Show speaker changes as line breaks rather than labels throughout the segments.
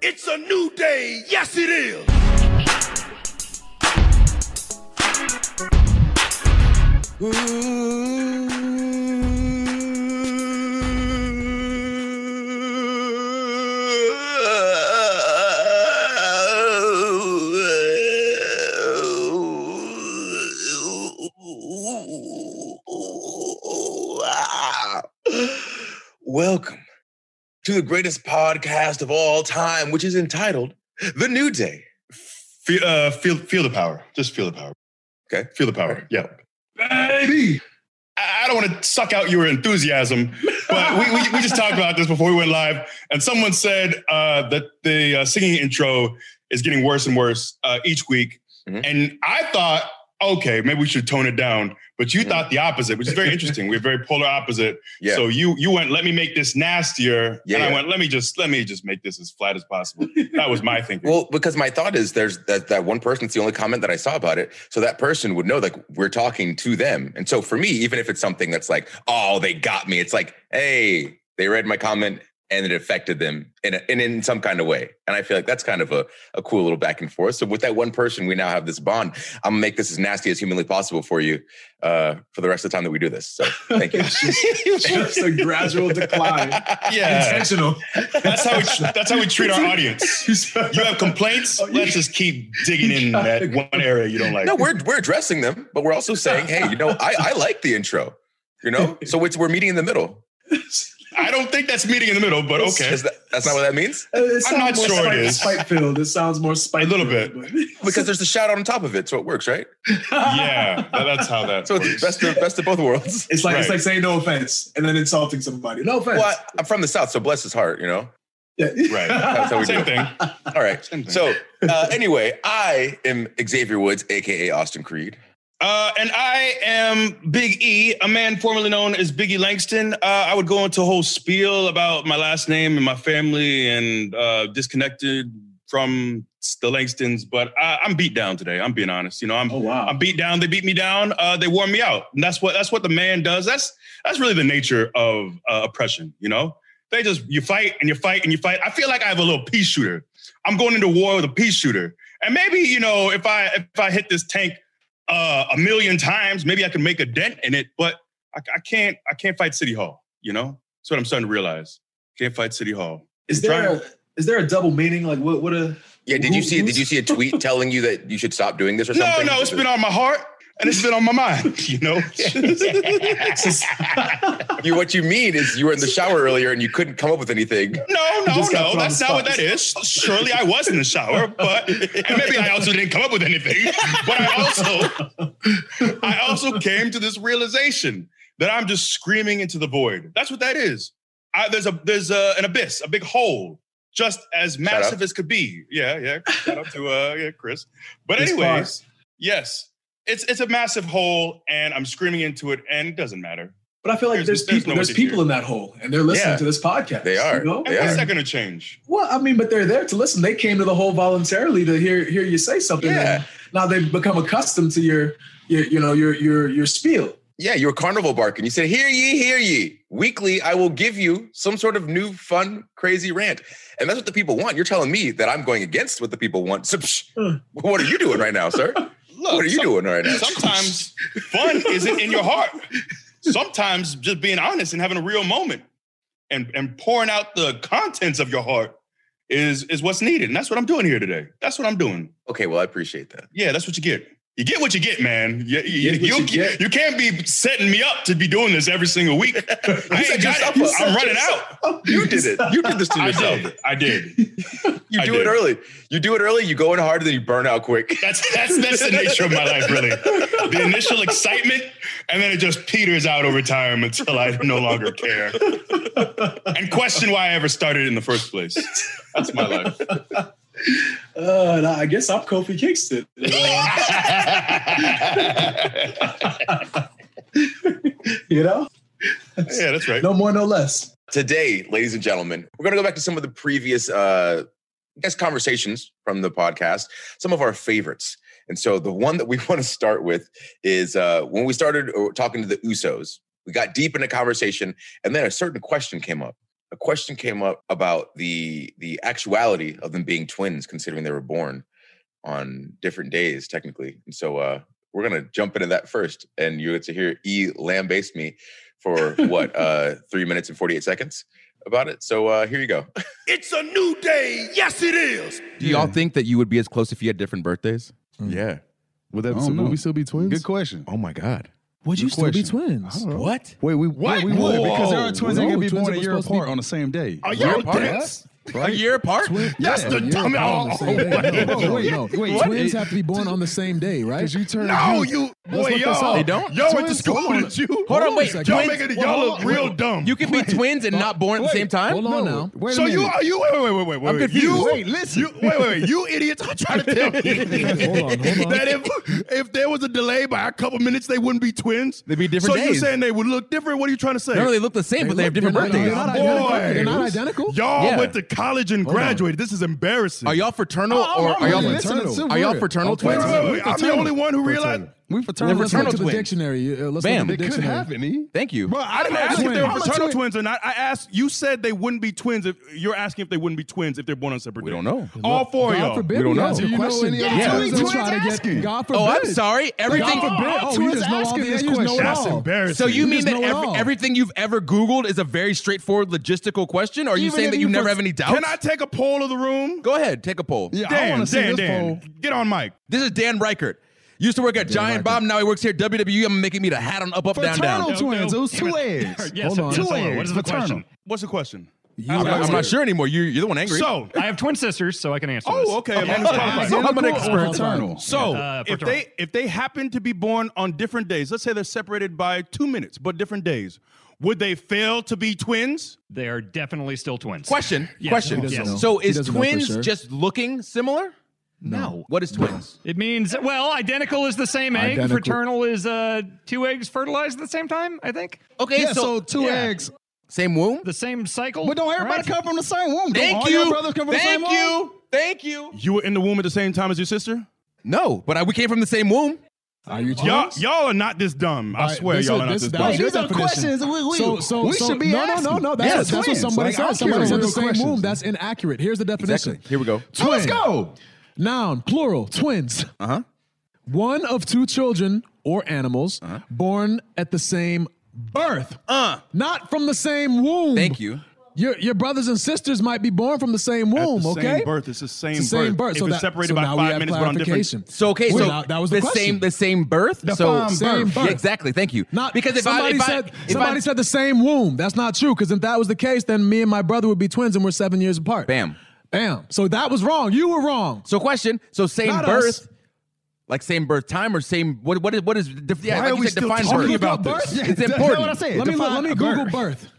It's a new day. Yes, it is.
Oh,
Welcome to the greatest podcast of all time, which is entitled The New Day.
Feel, uh, feel, feel the power. Just feel the power.
Okay.
Feel the power. Yeah. Baby. I I don't want to suck out your enthusiasm, but we, we, we just talked about this before we went live, and someone said uh, that the uh, singing intro is getting worse and worse uh, each week.
Mhm.
And I thought, okay, maybe we should tone it down, but you
Mhm.
thought the opposite, which is very interesting. We're very polar opposite.
Yeah.
So you you went, let me make this nastier, and
Yeah.
I went, let me just let me just make this as flat as possible. that was my thinking.
Well, because my thought is there's that, that one person, it's the only comment that I saw about it. So that person would know like we're talking to them. And so for me, even if it's something that's like, oh, they got me, it's like, hey, they read my comment and it affected them in a, and in some kind of way. And I feel like that's kind of a, a cool little back and forth. So with that one person, we now have this bond. I'm gonna make this as nasty as humanly possible for you uh, for the rest of the time that we do this. So thank you.
just a gradual decline.
yeah.
Intentional.
That's how we that's how we treat our audience. You have complaints.
Oh, you-
Let's just keep digging in that one area you don't like.
No, we're we're addressing them, but we're also saying, hey, you know, I, I like the intro, you know. So it's we're meeting in the middle.
I don't think that's meeting in the middle, but okay.
Is that, that's not what that means
Uh,
I'm not sure it is.
Spite filled. It sounds more spite.
little
because there's a shout out on top of it, so it works, right?
Yeah, that- that's how that
So it's
works.
best of best of both worlds.
It's like it's
Right.
like saying no offense and then insulting somebody. No offense.
Well, I, I'm from the south, so bless his heart, you know.
Yeah.
Right.
That's how we
Same
do.
thing.
All right.
Same thing.
So uh, anyway, I am Xavier Woods, aka Austin Creed.
Uh, and I am Big E, a man formerly known as Biggie Langston. Uh, I would go into a whole spiel about my last name and my family and uh, disconnected from the Langstons, but I, I'm beat down today. I'm being honest. You know, I'm
Oh wow.
I'm beat down. They beat me down. Uh, they wore me out. And that's what that's what the man does. That's that's really the nature of uh, oppression. You know, they just you fight and you fight and you fight. I feel like I have a little pea shooter. I'm going into war with a pea shooter. And maybe you know, if I if I hit this tank uh, a million times, maybe I can make a dent in it. But I, I can't. I can't fight City Hall. You know, that's what I'm starting to realize. Can't fight City Hall.
Is there
trying-
a, is there a double meaning? Like what what a
Yeah. Did you see? Did you see a tweet telling you that you should stop doing this or
No,
something?
no, it's been on my heart and it's been on my mind. You know.
You, what you mean is you were in the shower earlier and you couldn't come up with anything.
No,
You
no,
just got
no.
thrown
That's
on
not
the
what that
spot.
is. Surely I was in the shower, but and maybe I also didn't come up with anything. But I also I also came to this realization that I'm just screaming into the void. That's what that is. I, there's a there's a, an abyss, a big hole, just as massive as could be. Yeah, yeah. Shout out to uh, yeah, Chris. But
Chris
anyways,
Fox.
yes, it's it's a massive hole, and I'm screaming into it, and it doesn't matter.
But I feel like
There's-
there's,
there's
people
no
there's
one to
people in that hole and they're listening
Yeah.
to this podcast.
They are.
You know?
And
They
what's
are.
that going to change?
Well, I mean, but they're there to listen. They came to the hole voluntarily to hear hear you say something.
Yeah.
And Now they've become accustomed to your your you know your your your spiel.
Yeah, you were carnival barking. You said, Hear ye, hear ye. Weekly, I will give you some sort of new, fun, crazy rant. And that's what the people want. You're telling me that I'm going against what the people want. So, psh,
Huh.
what are you doing right now, sir?
Hmm. Look,
What are you
some-
doing right now?
sometimes fun isn't in your heart. Sometimes just being honest and having a real moment and, and pouring out the contents of your heart is is what's needed. And that's what I'm doing here today. That's what I'm doing.
Okay, well, I appreciate that.
Yeah, that's what you get. You get what you get, man. You,
You
you,
get
you,
what you
you
get.
can't be setting me up to be doing this every single week. I ain't
set
got
yourself
it.
up.
I'm running out.
You did it. You did this to
I
yourself.
did. I did.
You
I
do it
did.
early. You do it early, you go in hard, and then you burn out quick.
That's that's that's the nature of my life, really. The initial excitement, and then it just peters out over time until I no longer care and question why I ever started in the first place. That's my life.
Uh, and I guess I'm Kofi Kingston. Uh,
yeah,
you know,
that's right.
no more, no less.
Today, ladies and gentlemen, we're going to go back to some of the previous, uh, I guess, conversations from the podcast, some of our favorites. And so the one that we want to start with is uh, when we started uh, talking to the Usos, we got deep into conversation, and then a certain question came up. a question came up about the the actuality of them being twins, considering they were born on different days, technically. And so uh, we're gonna jump into that first, and you get to hear E lambaste me for what uh, three minutes and forty eight seconds about it. So uh, here you go.
It's a new day. Yes, it is.
Do y'all think that you would be as close if you had different birthdays?
Mm.
Yeah.
Would that
I
would
don't know.
we still be twins?
Good question.
Oh my god.
Would you
Good
still be
question.
twins?
I don't know.
What?
Wait, we what?
Wait, we would because there are twins that can be born a year apart on the same day.
Are
Right?
y'all
Right?
dense?
Right?
A year apart?
Twin-
That's
yeah,
the
yeah,
dumb-
on the same day.
No,
No,
wait,
wait,
no, wait.
What?
Twins have to be born on the same day, right?
because you turned.
No, Oh, you boy,
look this
y'all.
up. They
don't?
Y'all went to
Twins?
school
Hold on.
with you.
Hold on,
on a
wait.
second.
Y'all
twins-
make it. Y'all look real dumb.
You can be twins and not born at the same time?
Hold on now.
Wait a
so you
minute.
are you wait wait wait wait wait.
I'm
wait.
confused.
You,
Wait, listen.
You, wait wait wait. You idiots! I'm trying to tell you
Hold on, hold on.
that if if there was a delay by a couple minutes, they wouldn't be twins.
They'd be different
So
days.
you're saying they would look different? What are you trying to say?
No, no, they look the same, but they have different
They're not-
birthdays.
They're not identical.
Boy.
They're not identical?
y'all
Yeah.
went to college and graduated. This is embarrassing.
Are y'all fraternal
Oh,
or
oh,
are y'all
yeah,
fraternal?
listen, it's
Are y'all
Silver.
fraternal
Okay.
wait
twins?
wait wait. wait. I'm the
Fraternal.
only one who realized.
we
Well,
fraternal.
let's look
fraternal
to the
twins.
dictionary. Uh, Let's
Bam.
look at
It
the
It could
dictionary.
happen. E.
Thank you.
Bro, I didn't
I'm a
ask if they
twin.
were
I'm a
fraternal
twin.
twins, and I, I asked. You said they wouldn't be twins if you're asking if they wouldn't be twins if they're born on separate.
We
days.
don't know.
All four of
God
y'all.
forbid
We don't
we
know.
answer
Do
you know
questions.
any
that
other
try
twins
to
twins
get-
asking?
God forbid.
Oh, I'm sorry. Everything.
God forbid.
Oh,
Oh,
you
you
just
just
know
know
all
asking.
these
Yeah, you just know it
That's
all.
embarrassing.
So you
You
mean
just
that
know it
every,
all.
everything you've ever Googled is a very straightforward logistical question? Or are you
Even
saying
if
that you,
you
never
first-
have any doubts?
Can I take a poll of the room?
Go ahead, take a poll.
Yeah, I
Dan,
want to see
Dan,
this
Dan,
poll.
get on mic.
This is Dan Reichert. Used to work at Giant Bomb, now he works here at WWE. I'm making me the hat on up, up, down,
Fraternal
down.
twins. It was two eggs.
Yes,
Hold on.
yes,
Two
I will. What
eggs.
is the
Fraternal.
question?
What's the question?
I'm, not- I'm not sure anymore. You're, you're the one angry.
So,
I have twin sisters, so I can answer this.
oh, okay. Amanda's qualified.
So I'm an
Identical or
expert.
Fraternal.
So,
Uh,
if
fraternal.
they if they happen to be born on different days, let's say they're separated by two minutes, but different days, would they fail to be twins?
They are definitely still twins.
Question.
Yes.
Question.
He doesn't know.
So
He
is
doesn't know for
twins
sure.
just looking similar?
No.
What is twins?
It means, well, identical is the same egg.
Identical.
Fraternal is uh, two eggs fertilized at the same time, I think.
Okay,
Yeah,
so
so two
yeah.
eggs.
same womb.
The same cycle.
But don't everybody
right?
come from the same womb? Don't
Thank
all your
you.
brothers come from the same
Thank
womb?
you. Thank you.
You were in the womb at the same time as your sister.
No, but I, we came from the same womb.
Are you
Y'all,
twins?
y'all are not this dumb. I swear,
this
y'all
is-
are not
this-
this,
that
dumb.
was your definition. So, so,
we
so,
should be
no,
asking.
no, no, no. That's,
Yeah,
that's what
twins.
somebody
Like, I'm
said. Somebody
curious.
said the
Real
same
questions.
womb. That's inaccurate. Here's the definition.
Exactly. Here we go.
Oh, let's
Twin.
go.
Noun, plural, twins. Uh
Uh-huh.
huh. One of two children or animals
Uh-huh.
born at the same birth, uh, not from the same womb.
Thank you.
Your your brothers and sisters might be born from the same
At the
womb.
same
okay.
birth. It's the same,
It's the same birth.
If
So
it's
that,
separated
so
by
now we
five
have
minutes, but on different.
clarification.
So okay,
Wait,
so
now, that was the, question.
same the same birth. so
Define
Same birth.
Yeah, exactly. Thank you.
Not
because if
somebody
I, if
said
I, if
somebody
I,
said the same womb. That's not true. Because if that was the case, then me and my brother would be twins, and we're seven years apart.
Bam.
bam. So that was wrong. You were wrong.
So question. So same
Not
birth,
us.
like same birth time or same what what is what is def- yeah,
Why
like
are
you
we
said,
still
define
talking
birth.
about birth? Yeah,
It's
that's not
important.
what I said.
Let me
Define
let me
a
Google
birth.
birth.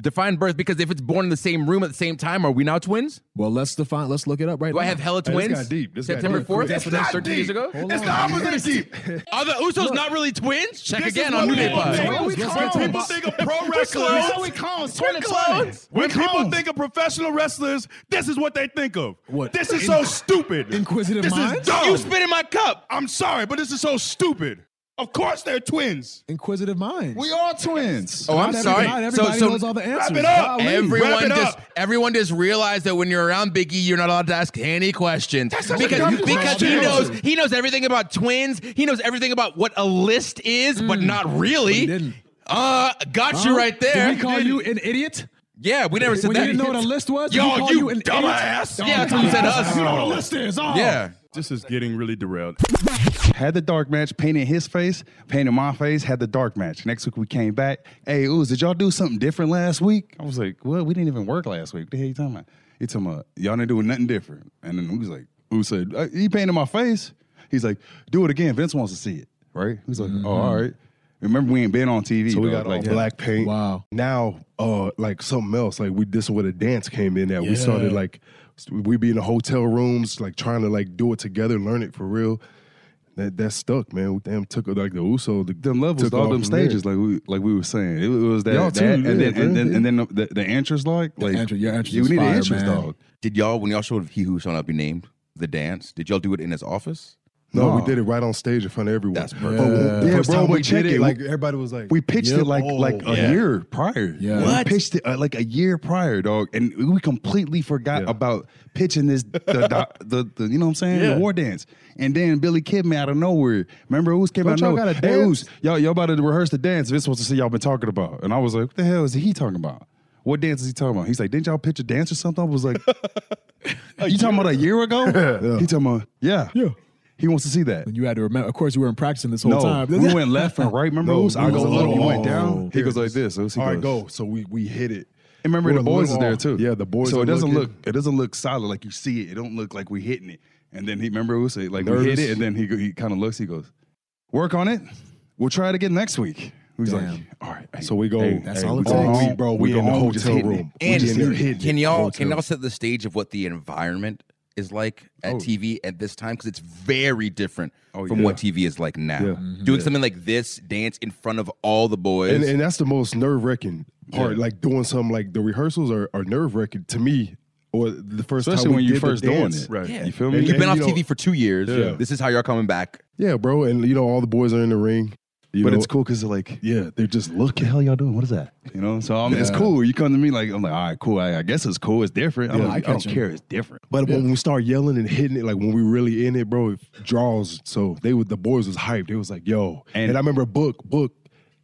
Define birth because if it's born in the same room at the same time, are we now twins?
Well, let's define. Let's look it up right
Do
now.
I have hella
Hey, this
twins?
got deep. This got
September
deep.
fourth.
That's
That's
not
thirteen years
deep.
ago.
It's the opposite of deep.
Are the Usos not really twins? Check
This is
again
what
on New
we
Day
want.
Pod.
Hey,
Twins,
we
let's
clones.
go.
People think of pro
That's how we
wrestlers.
clones.
clones.
2020.
When people think of professional wrestlers, this is what they think of.
What?
This is so stupid.
inquisitive
This is
minds?
dumb.
You spit in my cup.
I'm sorry, but this is so stupid. Of course they're twins.
Inquisitive minds.
we are twins.
Oh, I'm
Not every-
sorry.
Not
So-
everybody
so-
knows all the answers.
Wrap it up.
Golly.
Wrap
Everyone
it
just
up.
everyone just realized that when you're around Biggie, you're not allowed to ask any questions
such a
because
dumb
because he
question.
knows he knows everything about twins. He knows everything about what a list is, but not really.
Mm. But he didn't.
Uh, got
Huh?
you right there.
Did we call you an idiot?
yeah, we never said
When
that.
you didn't know what a list was?
Oh,
Did we
Yo,
call
you
an idiot?
dumbass. Yeah, that's what you said to us.
You know what a list is. Oh.
Yeah.
This is getting really derailed.
Had the dark match, painted his face, painted my face, had the dark match. Next week we came back. Hey, Ooze, did y'all do something different last week? I was like, what? We didn't even work last week. What the hell you talking about? He talking about, y'all didn't do nothing different. And then Ooze like, Ooze said, uh, he painted my face. He's like, do it again. Vince wants to see it, right? He's like,
Mm-hmm.
oh, all right. Remember, we ain't been on TV.
So we
dog.
got all
Like,
black paint.
Wow.
Now, uh, like something else, like we this is where the dance came in. That we started like we be in the hotel rooms, like trying to like do it together, learn it for real. That that stuck, man. We damn took like the Uso, the,
them levels,
took
all
off
them
from there.
stages, like we like we were saying, it, was that,
Y'all
that
too,
and,
yeah,
then, and
man.
then and then the, the entrance, like like
entrance- your entrance
you
is
need
fire,
an entrance,
man.
dog.
Did y'all when y'all showed He Who Shall Not Be Named the dance? Did y'all do it in his office?
No, we
No.
did it right on stage in front of everyone.
That's
perfect.
Yeah.
yeah,
First
bro,
time
we
we checked
did it.
it,
Like
we-
every everybody was like,
We pitched
yeah,
it like
oh,
like a
yeah.
year prior.
Yeah.
We
What?
pitched it uh, like a year prior, dog, and we completely forgot
Yeah.
about pitching this the, the, the, the you know what I'm saying
Yeah.
the war dance. And then Billy Kidman out of nowhere. Remember Oos came
Don't
out
y'all
of nowhere.
gotta
Hey
dance?"
Oos, y'all y'all about to rehearse the dance. This was the shit y'all been talking about, and I was like, what the hell is he talking about? What dance is he talking about? He's like, didn't y'all pitch a dance or something? I was like, you talking about a year ago? He talking about yeah
Yeah.
He wants to see that.
You had to remember. Of course, you weren't practicing this whole
No,
time.
we went left and right. Remember,
No,
Oos?
we
I
was
go
a
up,
little
you went
off.
down. He
Here
goes
it
like
is.
this. Oos, he
All right,
goes.
go. So we we hit it.
And remember,
We're
the
a little
boys is there
off.
too.
Yeah, the boys.
So
are
it doesn't
looking-
look it doesn't look solid like you see it. It don't look like we hitting it. And then he remember we say like we hit
Nervous.
it, and then he go- he kind of looks. He goes, "Work on it. We'll try it again next week." He's like,
Damn.
"All right."
So we go.
that's
hey,
all
we
it
go
takes.
home, bro. We,
We go
in the
home just
hotel
hitting it.
room. We
And
just in there hitting
can
it.
y'all
Hotel.
can y'all set the stage of what the environment is like at
Oh.
TV at this time because it's very different
Oh,
from
yeah.
what TV is like now.
Yeah.
Doing something like this dance in front of all the boys.
and, and that's the most nerve wracking part.
Yeah.
Like doing something like the rehearsals are, are nerve wracking to me. Or the first
especially
time
when
we
you
did the
first doing
dance.
it, right?
Yeah.
You feel
And
me?
You've been off
you know-
TV for two years.
Yeah.
This is how y'all coming back.
Yeah, bro. And you know all the boys are in the ring. You
but
know,
it's cool because like
Yeah, they're just
what the
looking.
hell y'all doing? What is that? You know, so I mean, it's cool. You come to me like I'm like, all right, cool. I, I guess it's cool. It's different. I'm
Yeah,
like,
I
I don't
catch 'em.
care. It's different.
But when we start yelling and hitting it, like when we really in it, bro, it draws. So they were the boys was hyped. They was like, yo. And,
And-
I remember Book, Book,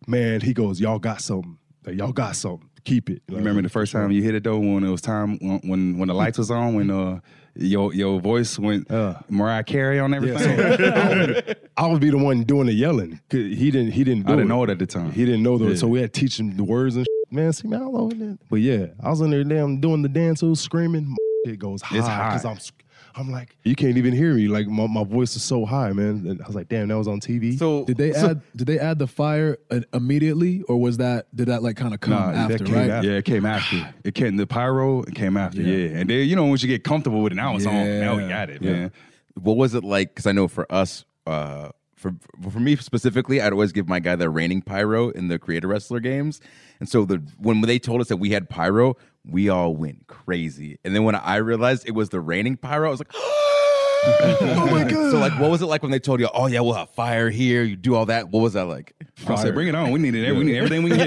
man, he goes, Y'all got something. Like, y'all got something. Keep it.
You remember the first time you hit it though when it was time when when, when the lights was on when uh your your voice went
Uh.
Mariah Carey on
Yeah,
everything.
so I, would, I would be the one doing the yelling. 'Cause He didn't he didn't do
I didn't
it.
know it at the time.
He didn't know the
Yeah.
so we had to teach him the words and shit. man. See, man, I don't know. what that- But yeah, I was in there damn doing the dance, who's screaming. It goes high
high.
because I'm, sc- I'm like, you can't even hear me. Like my, my voice is so high, man. And I was like, damn, that was on TV.
So
Did they add? Did they add the fire uh, immediately, or was that? Did that like kind of come
Nah,
after?
that Uh, came
right?
after. Yeah, it came after. It came the pyro. It came after.
Yeah.
Yeah, and then you know once you get comfortable with it, now it's on. Now we
Yeah.
got it,
Yeah.
man.
what was it like? Because I know for us, uh, for for me specifically, I'd always give my guy the reigning pyro in the creator wrestler games, and so the when they told us that we had pyro, we all went crazy. And then when I realized it was the reigning pyro, I was like. oh my god! So, like, what was it like when they told you, "Oh yeah, we'll have fire here"? You do all that. What was that like?
I said, bring it on. We need it. We need everything we can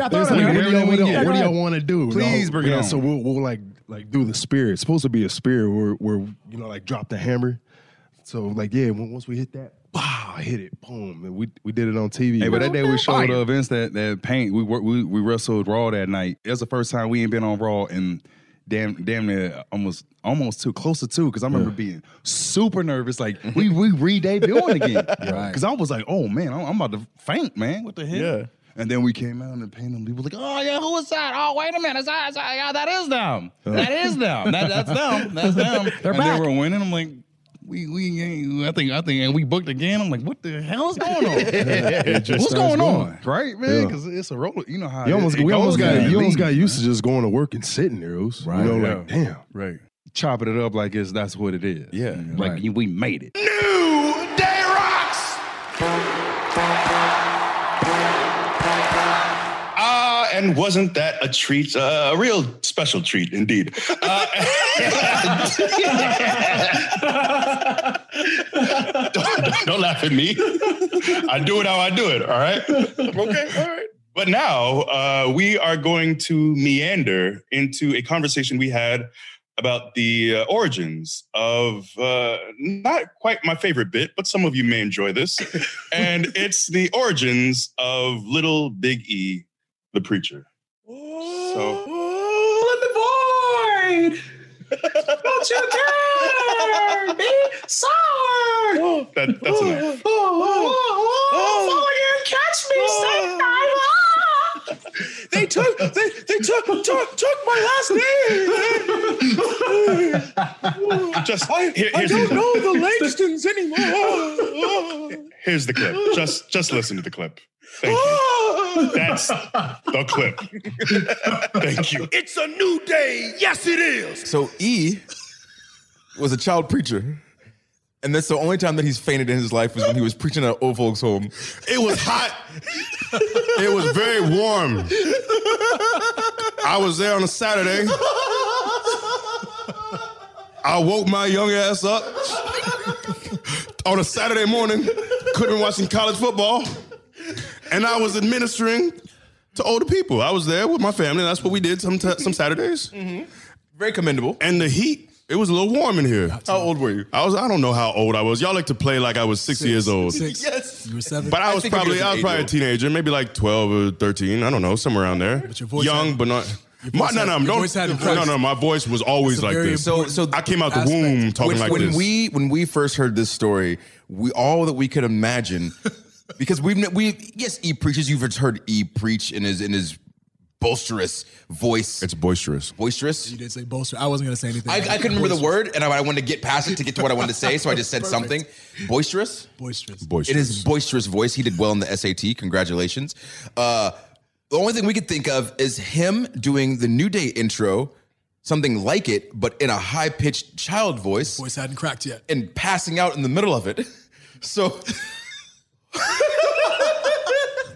I
They was
thought
like,
I heard
what do y'all,
everything
what
we
do
get.
y'all,
Go ahead.
want to do?
Please bring it
yeah,
on.
So we'll, we'll like like do the spirit. It's supposed to be a spirit where where you know like drop the hammer. So like yeah, when- once we hit that, wow, hit it, boom, and we we did it on TV.
Hey, but that day we showed uh, Vince that that paint. We wor- we we wrestled Raw that night. That's the first time we ain't been on Raw and damn damn near almost almost too close to two because I remember being super nervous. Like we we re debuting again because I was like, oh man, I'm, I'm about to faint, man. What the hell?
Yeah.
And then we came out and the paint and people were like, oh yeah, who is that? Oh wait a minute, it's that, it's that, yeah, that is them. That is them. That, that's them. That's them. They're and
back.
they were winning. I'm like. We we ain't- I think I think and we booked again. I'm like, what the hell is going on? What's
starts going.
going on, right, man?
Yeah.
Because it's a roller. You know how
You
it-
almost,
it
we almost
goes
got
in the
you almost
league.
got used to just going to work and sitting there. It was,
Right,
you know,
yeah.
like damn.
right, chopping it up like it's that's what it is.
Yeah.
like
Right.
you- we made it.
Ah, and wasn't that a treat? Uh, a real special treat, indeed. Uh, don't, don't- don't laugh at me. I do it how I do it. All right. Okay. All right. But now uh, we are going to meander into a conversation we had about the uh, origins of uh, not quite my favorite bit, but some of you may enjoy this. and it's the origins of Little Big E the preacher. So
Fill in the void. Don't you dare be sorry.
that, that's enough.
Oh, oh, oh, oh, follow you and catch me, Saint Ira.
They took they, they took took took my last name.
Just here- here's, the,
know the Langstons anymore.
here's the clip. Just just listen to the clip. Thank you. That's the clip. Thank you.
It's a new day. Yes, it is.
So E was a child preacher. And that's the only time that he's fainted in his life was when he was preaching at an old folks' home.
It was hot. it was very warm. I was there on a Saturday. I woke my young ass up.
on a Saturday morning, could have been watching college football, and I was administering to older people. I was there with my family. And that's what we did some some Saturdays.
Very commendable.
And the heat, it was a little warm in here. How old were you? I was. I don't know how old I was. Y'all like to play like I was six, years old.
Six.
Yes.
You were seven.
But I was
think of you
probably
as an
I was probably a
eight-year-old.
teenager, maybe like twelve or thirteen. I don't know, somewhere around there. But
your voice
young,
had-
but not. My,
voice
no,
had-
no,
your
don't-
voice had
no,
impressed.
no. My voice was always
That's a
like
very
this.
So, so
I came out the
aspect.
womb talking
when,
like
when
this.
we when we first heard this story, we all that we could imagine, because we've ne- we yes, E preaches. You've just heard E preach in his in his boisterous voice.
it's boisterous.
boisterous.
You did say bolster. I wasn't gonna say anything.
I, I couldn't remember the word, and I, I wanted to get past it to get to what I wanted to say, so I just said something. Boisterous.
Boisterous.
In
Boisterous.
his boisterous voice, he did well in the SAT. Congratulations. Uh, the only thing we could think of is him doing the New Day intro, something like it, but in a high pitched child voice,
Voice hadn't cracked yet.
and passing out in the middle of it. So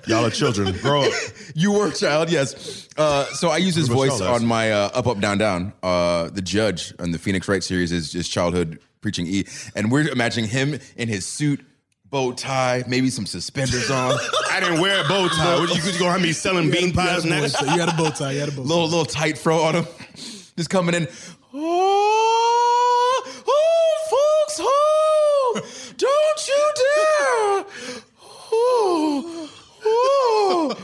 Y'all are children. Grow up.
you were a child, yes. Uh, so I use his
Remember
voice
Charles.
on my uh, Up Up Down Down. Uh, the judge on the Phoenix Wright series is just childhood preaching E, and we're imagining him in his suit, bow tie, maybe some suspenders on.
I didn't wear a bow tie. What, you, you gonna have me selling bean pies
You had a
next?
bow tie. You had a bow tie. You had a bow tie.
little little tight fro on him, just coming in. Oh, oh, folks, oh, don't you dare! Oh, oh,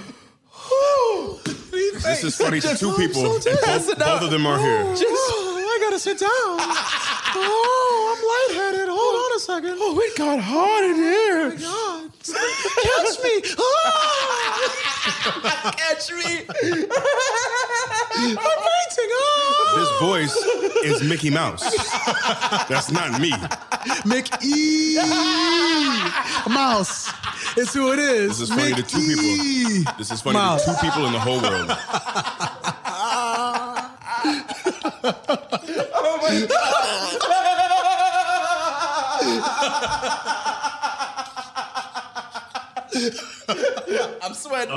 oh.
This is funny to
Just-
two people.
so
and
dead. Ah,
both, both of them are here.
Just, I gotta sit down. oh, I'm lightheaded. Hold on a second. Oh, it got hot in here. Oh my God. Catch me. Ah! Catch me. I'm fainting. Ah!
This voice is Mickey Mouse. That's not me.
McE E. Mouse. It's who it is. E.
This is funny to two people. This is funny
Mouse.
to two people in the whole world.
I'm sweating.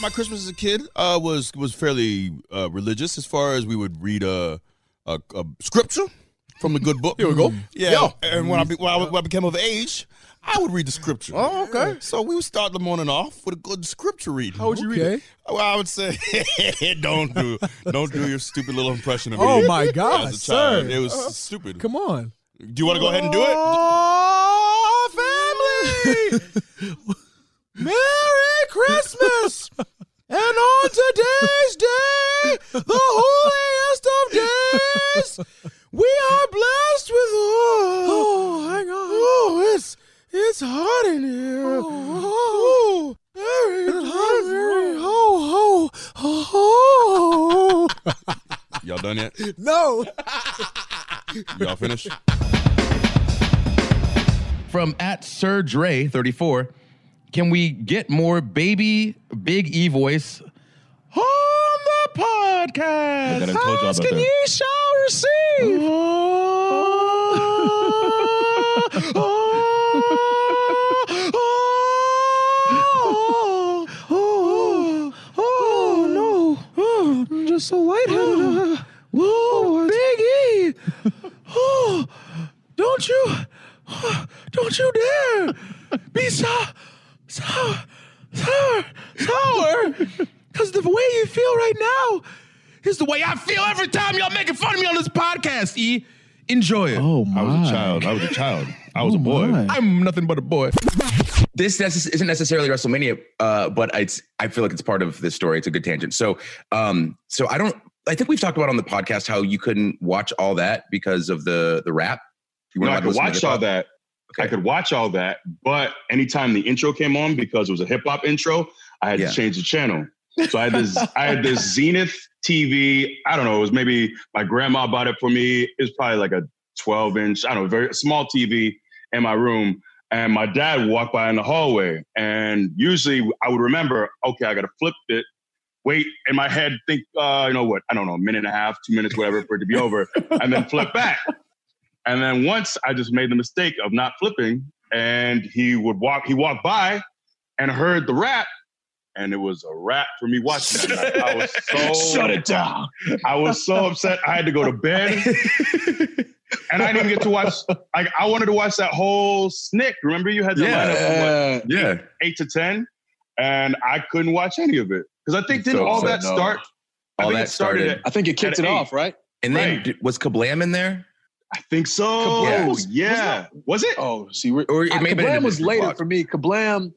my Christmas as a kid uh, was was fairly uh, religious as far as we would read uh, a, a scripture from the good book. Here we go. Yeah. And when I, be, when, I, when I became of age, I would read the scripture. Oh, okay. So we would start the morning off with a good scripture reading. How would you read it? Well, I would say, don't do don't do your stupid little impression of me.
Oh my
As
God,
a child. It
sir! Uh-huh. Uh,
was stupid.
Come on.
Do you want to go ahead and do it? Oh, family! Merry Christmas! and on today's day, the holiest of days, we are blessed with oh, hang on. Oh, it's it's hot in here. Oh, very hot, Oh. very ho ho ho ho.
Y'all done yet?
No.
Y'all finished?
From at Sir Dre 34, can we get more baby Big E voice on the podcast?
I done told y'all about that.
shall receive. Oh, oh, oh, oh, oh, no. Oh, I'm just so lightheaded. Uh, Whoa, Big E. Oh, don't you, don't you dare be so, so, sour, sour. Because the way you feel right now is the way I feel every time y'all making fun of me on this podcast, E. Enjoy it.
Oh my.
I was a child. I was a child. I was a boy.
I'm nothing but a boy. This necess- isn't necessarily WrestleMania, uh, but it's I feel like it's part of this story. It's a good tangent. So, um, so I don't. I think we've talked about on the podcast how you couldn't watch all that because of the the rap. You
No,
weren't allowed
I
to
could
listen to
watch
the
all
pod-
that. I
Okay.
could watch all that, but anytime the intro came on because it was a hip hop intro, I had
Yeah.
to change the channel. So I had this, I had this Zenith TV. I don't know. It was maybe my grandma bought it for me. It was probably like a 12 inch. I don't know, very small TV in my room. And my dad walked by in the hallway, and usually I would remember, okay, I got to flip it. Wait in my head, think, uh, you know what? I don't know, a minute and a half, two minutes, whatever, for it to be over, and then flip back. And then once I just made the mistake of not flipping, and he would walk, he walked by and heard the rap, and it was a rap for me watching that. night. I was so
down.
I was so upset. I had to go to bed. and I didn't even get to watch. Like I wanted to watch that whole Snick. Remember you had that
Yeah,
lineup from what,
yeah.
eight, eight to ten, and I couldn't watch any of it because I think didn't
So-
all
so
that
no.
start? I
All
think
that
it started.
started.
at- at eight.
And then
Right.
d- was Kablam in there?
I think so.
Yeah.
Was- yeah. Was it?
Oh, see, we're,
or
I- Kablam was later for me. Kablam.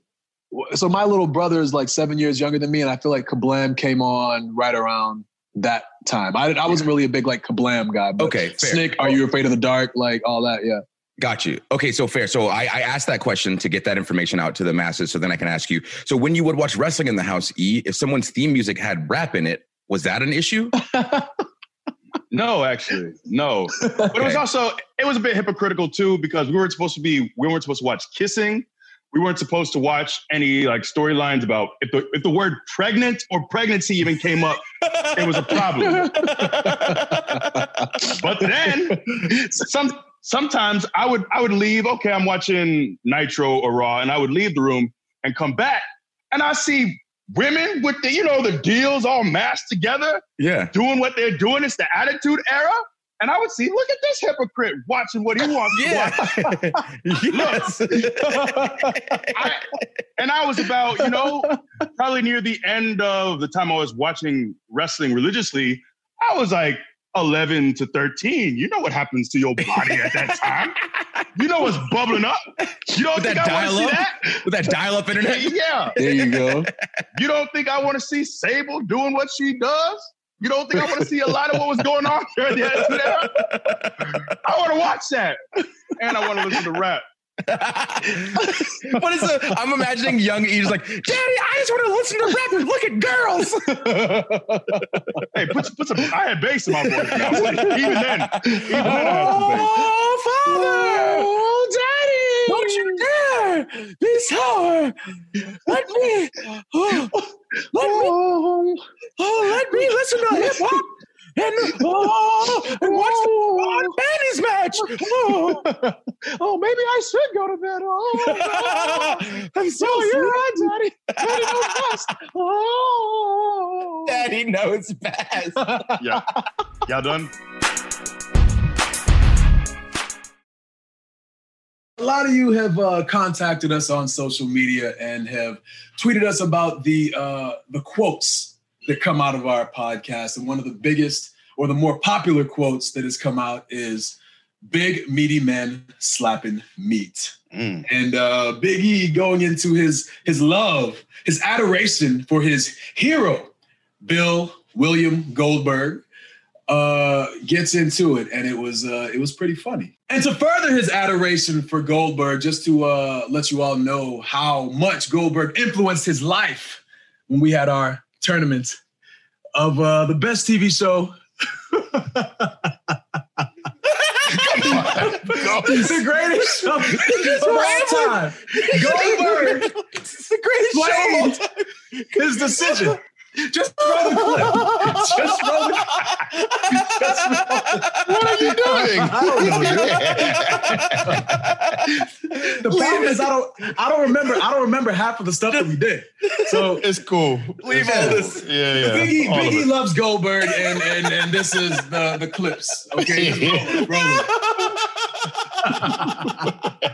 So my little brother is like seven years younger than me, and I feel like Kablam came on right around that time. I, I wasn't really a big like Kablam guy. But
Okay, fair.
Snick, Are You Afraid of the Dark? Like all that, yeah.
Got you. Okay, so fair. So I, I asked that question to get that information out to the masses, so then I can ask you. So when you would watch wrestling in the house, E, if someone's theme music had rap in it, was that an issue?
No, actually, no. But it was also it was a bit hypocritical too because we weren't supposed to be we weren't supposed to watch kissing. We weren't supposed to watch any like storylines about if the if the word pregnant or pregnancy even came up, it was a problem. but then some sometimes I would I would leave. Okay, I'm watching Nitro or Raw, and I would leave the room and come back, and I see women with the you know the deals all mashed together.
Yeah.
doing what they're doing. It's the Attitude Era. And I would see, look at this hypocrite watching what he wants to watch. yes. and I was about, you know, probably near the end of the time I was watching wrestling religiously. I was like 11 to 13. You know what happens to your body at that time. You know what's bubbling up. You don't
With
think
that
I want to see
dial-up?
that?
With that dial-up internet?
Yeah.
There you go.
You don't think I want to see Sable doing what she does? You don't think I want to see a lot of what was going on during the Attitude Era? I want to watch that, and I want to listen to rap.
what is the? I'm imagining young E just like, Daddy, I just want to listen to rap and look at girls.
hey, put, put some. I had bass in my voice. I was like, even then, even then, I had some bass.
Oh,
Daddy!
Don't you
Oh,
dare! This hour! Let me! Oh, let me! Oh, let me listen to hip hop! And oh, and watch the Ron Benny's match! Oh.
oh, maybe I should go to bed. Oh,
I'm so
you're right, Daddy. Daddy knows best. Oh,
Daddy knows best.
yeah. Y'all done?
A lot of you have uh, contacted us on social media and have tweeted us about the uh, the quotes that come out of our podcast. And one of the biggest or the more popular quotes that has come out is "Big meaty men slapping meat." And uh, Big E going into his his love, his adoration for his hero, Bill William Goldberg uh, gets into it, and it was uh, it was pretty funny. And to further his adoration for Goldberg, just to uh, let you all know how much Goldberg influenced his life, when we had our tournament of uh, the best TV show. the greatest show of all time. Goldberg.
It's the greatest show of all time.
His decision. Just roll the clip. Just roll the
What are you doing?
the problem is I don't I don't remember I don't remember half of the stuff that we did. So
it's cool.
Leave all this.
Yeah,
Biggie, Biggie loves Goldberg and and and this is the the clips. Okay, Just roll it, roll it.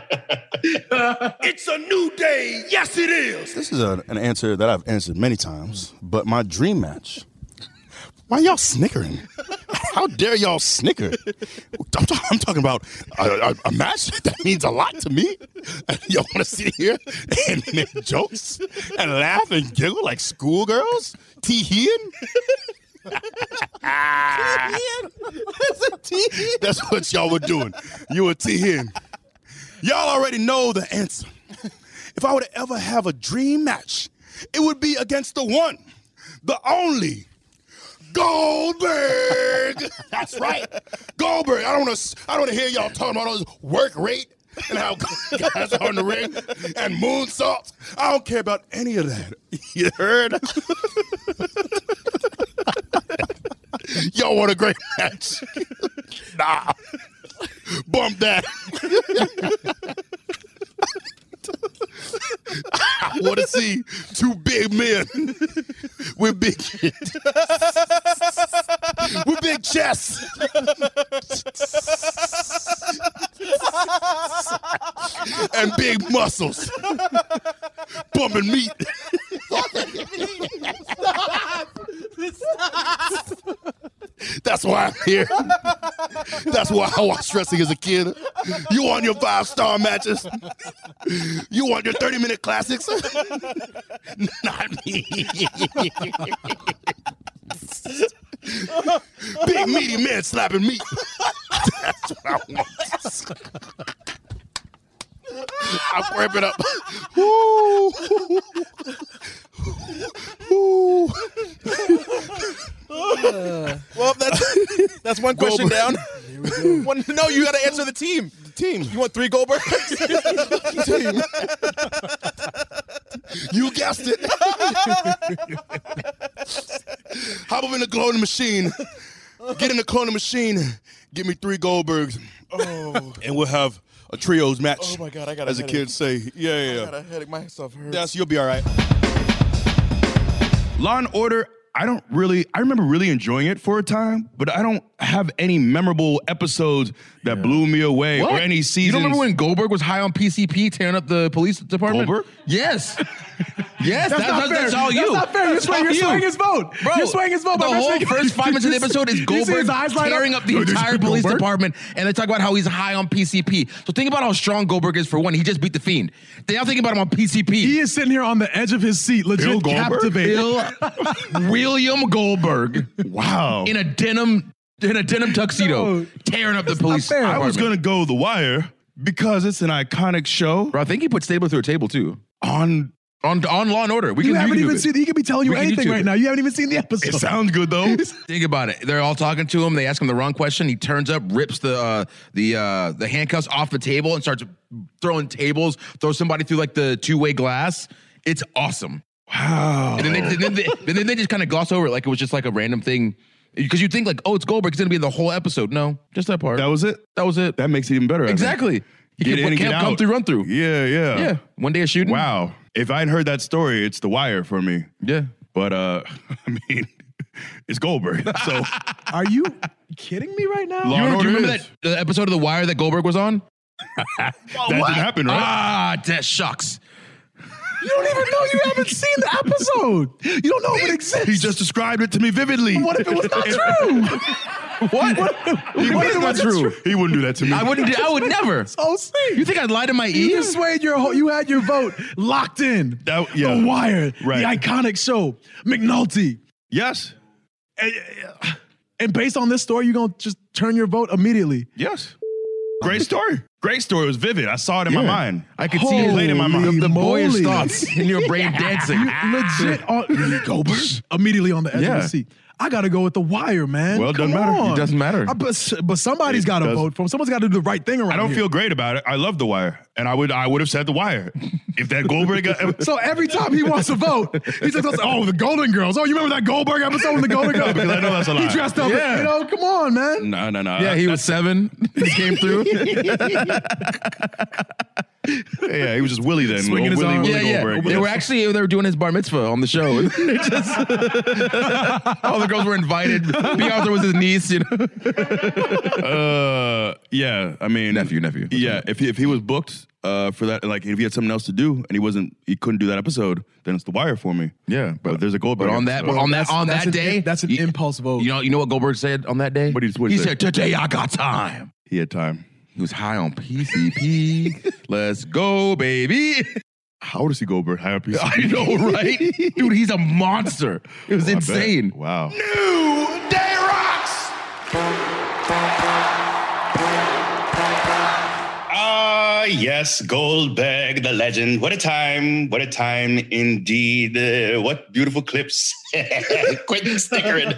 it's a new day. Yes, it is.
This is a, an answer that I've answered many times, but my dream match. Why y'all snickering? How dare y'all snicker? I'm, ta- I'm talking about a, a, a match that means a lot to me. Y'all want to sit here and make jokes and laugh and giggle like schoolgirls? T. Heehan? That's what y'all were doing. You were T. Heehan. Y'all already know the answer. If I were to ever have a dream match, it would be against the one, the only, Goldberg. That's right, Goldberg. I don't want to. I don't want to hear y'all talking about all this work rate and how guys are on the ring and moonsaults. I don't care about any of that. You heard? y'all want a great match? nah, bump that. I want to see two big men with big with big chests. and big muscles, bumping meat. That's why I'm here. That's why I watched wrestling as a kid. You want your five star matches? You want your 30 minute classics? Not me. Big meaty man slapping meat. That's what I want. I'll ramp it up. Woo. Woo.
well, that's that's one question down.
Goldberg.
One, no, you got to answer the team. team. You want three Goldbergs?
You guessed it. Hop up in the cloning machine. Get in the cloning machine. Get me three Goldbergs.
Oh.
And we'll have a trios match.
Oh my God, I got a
As the
headache.
kids say. Yeah, yeah,
I
yeah.
got a headache. My stuff hurts.
That's you'll be all right.
Law and Order, I don't really, I remember really enjoying it for a time, but I don't have any memorable episodes that blew me away or
What?
any seasons.
You don't remember when Goldberg was high on PCP tearing up the police department?
Goldberg?
Yes. yes, that's,
That's
that's,
not
that's,
fair.
all you.
That's not fair. You're
That's
swaying-
all
you're
you.
swaying his vote.
Bro,
You're swaying his vote
The
by
whole
mentioning-
first five minutes of the episode is
You see his
Goldberg
eyes light up?
tearing up the
Yo, did you
entire
see
police
Goldberg?
department, and they talk about how he's high on PCP. So think about how strong Goldberg is for one. He just beat the Fiend. They now think about him on PCP. He
is sitting here on the edge of his seat, legit captivated.
Bill William Goldberg.
Wow.
In a denim in a denim tuxedo, tearing up the police.
I was
department.
going to go The Wire because it's an iconic show. Bro,
I think he put Stable through a table too.
On
on on Law and Order. We
you
can
haven't
YouTube
even
it.
seen. He could be telling you
We can
anything
YouTube
right
it.
now. You haven't even seen the episode.
good though.
Think about it. They're all talking to him. They ask him the wrong question. He turns up, rips the uh, the uh, the handcuffs off the table, and starts throwing tables. Throws somebody through like the two way glass. It's awesome.
Wow.
And then they, then they, then they, just kind of gloss over it like it was just like a random thing. Because you think like, oh, it's Goldberg. It's gonna be the whole episode. No, just that part. That
was it.
That was it.
That makes it even better. I think.
Exactly. He
Get
can-
in and
can
get
come
out.
through, run through.
Yeah, yeah.
Yeah. One day a shooting.
Wow. If I'd heard that story, it's The Wire for me.
Yeah.
But uh, I mean, it's Goldberg. So
Are you kidding me right now?
Law
you
and
remember, do you
Order
remember
is.
that the episode of The Wire that Goldberg was on?
that didn't happen, right?
Ah, that shucks.
You don't even know. You haven't seen the episode. You don't know if it exists. He
just described it to me vividly.
What if it was not true?
What?
He
What if it was true?
He wouldn't do that to me.
I wouldn't. do- I would never.
So sick.
You think I'd lie to my
You
ear?
just swayed your whole. You had your vote locked in.
That,
The Wire, the iconic show, McNulty.
Yes.
And, and based on this story, you're gonna just turn your vote immediately.
Yes. Great story. Great story. It was vivid. I saw it in my
Yeah.
mind.
I could see
it played in my
Holy
mind.
The- the boyish moly. thoughts in your brain dancing. Legit on Goldberg immediately on the edge of
Yeah.
the seat. I gotta go with the wire, man.
Well, it doesn't
Come
matter. It
on.
doesn't matter.
I- but, but somebody's
It
got to
doesn't.
vote for him. Someone's got to do the right thing around.
I don't
here.
feel great about it. I love The Wire, and I would I would have said The Wire if that Goldberg.
So every time he wants to vote, he just goes, "Oh, the Golden Girls. Oh, you remember that Goldberg episode when the Golden Girls?"
Because I know that's a
He
lie.
dressed up.
Yeah.
You know, come on, man.
No, no, no.
Yeah, he was seven. He came through.
yeah, he was just Willie then.
Swinging his
Willie,
arm.
Willie
Yeah, yeah.
Goldberg.
They were actually they were doing his bar mitzvah on the show. They just- all the girls were invited. B. Arthur was his niece. You know.
uh, yeah, I mean nephew,
nephew.
Yeah, if he, if he was booked uh, for that, like if he had something else to do and he wasn't, he couldn't do that episode, then it's the wire for me.
Yeah,
but, there's a Goldberg.
But on that,
episode.
on that, on that
an-
day,
that's an impulse vote.
You know, you know what Goldberg said on that day? What
did what
he
did he say?
said? Today I got time.
He had time.
He was high on PCP. Let's go, baby.
How does he Goldberg? High up
I know, right? Dude, he's a monster. It was
Oh, I bet.
insane.
Wow.
New day rocks.
Ah, yes, Goldberg, the legend. What a time. What a time indeed. Uh, what beautiful clips. Quit snickering.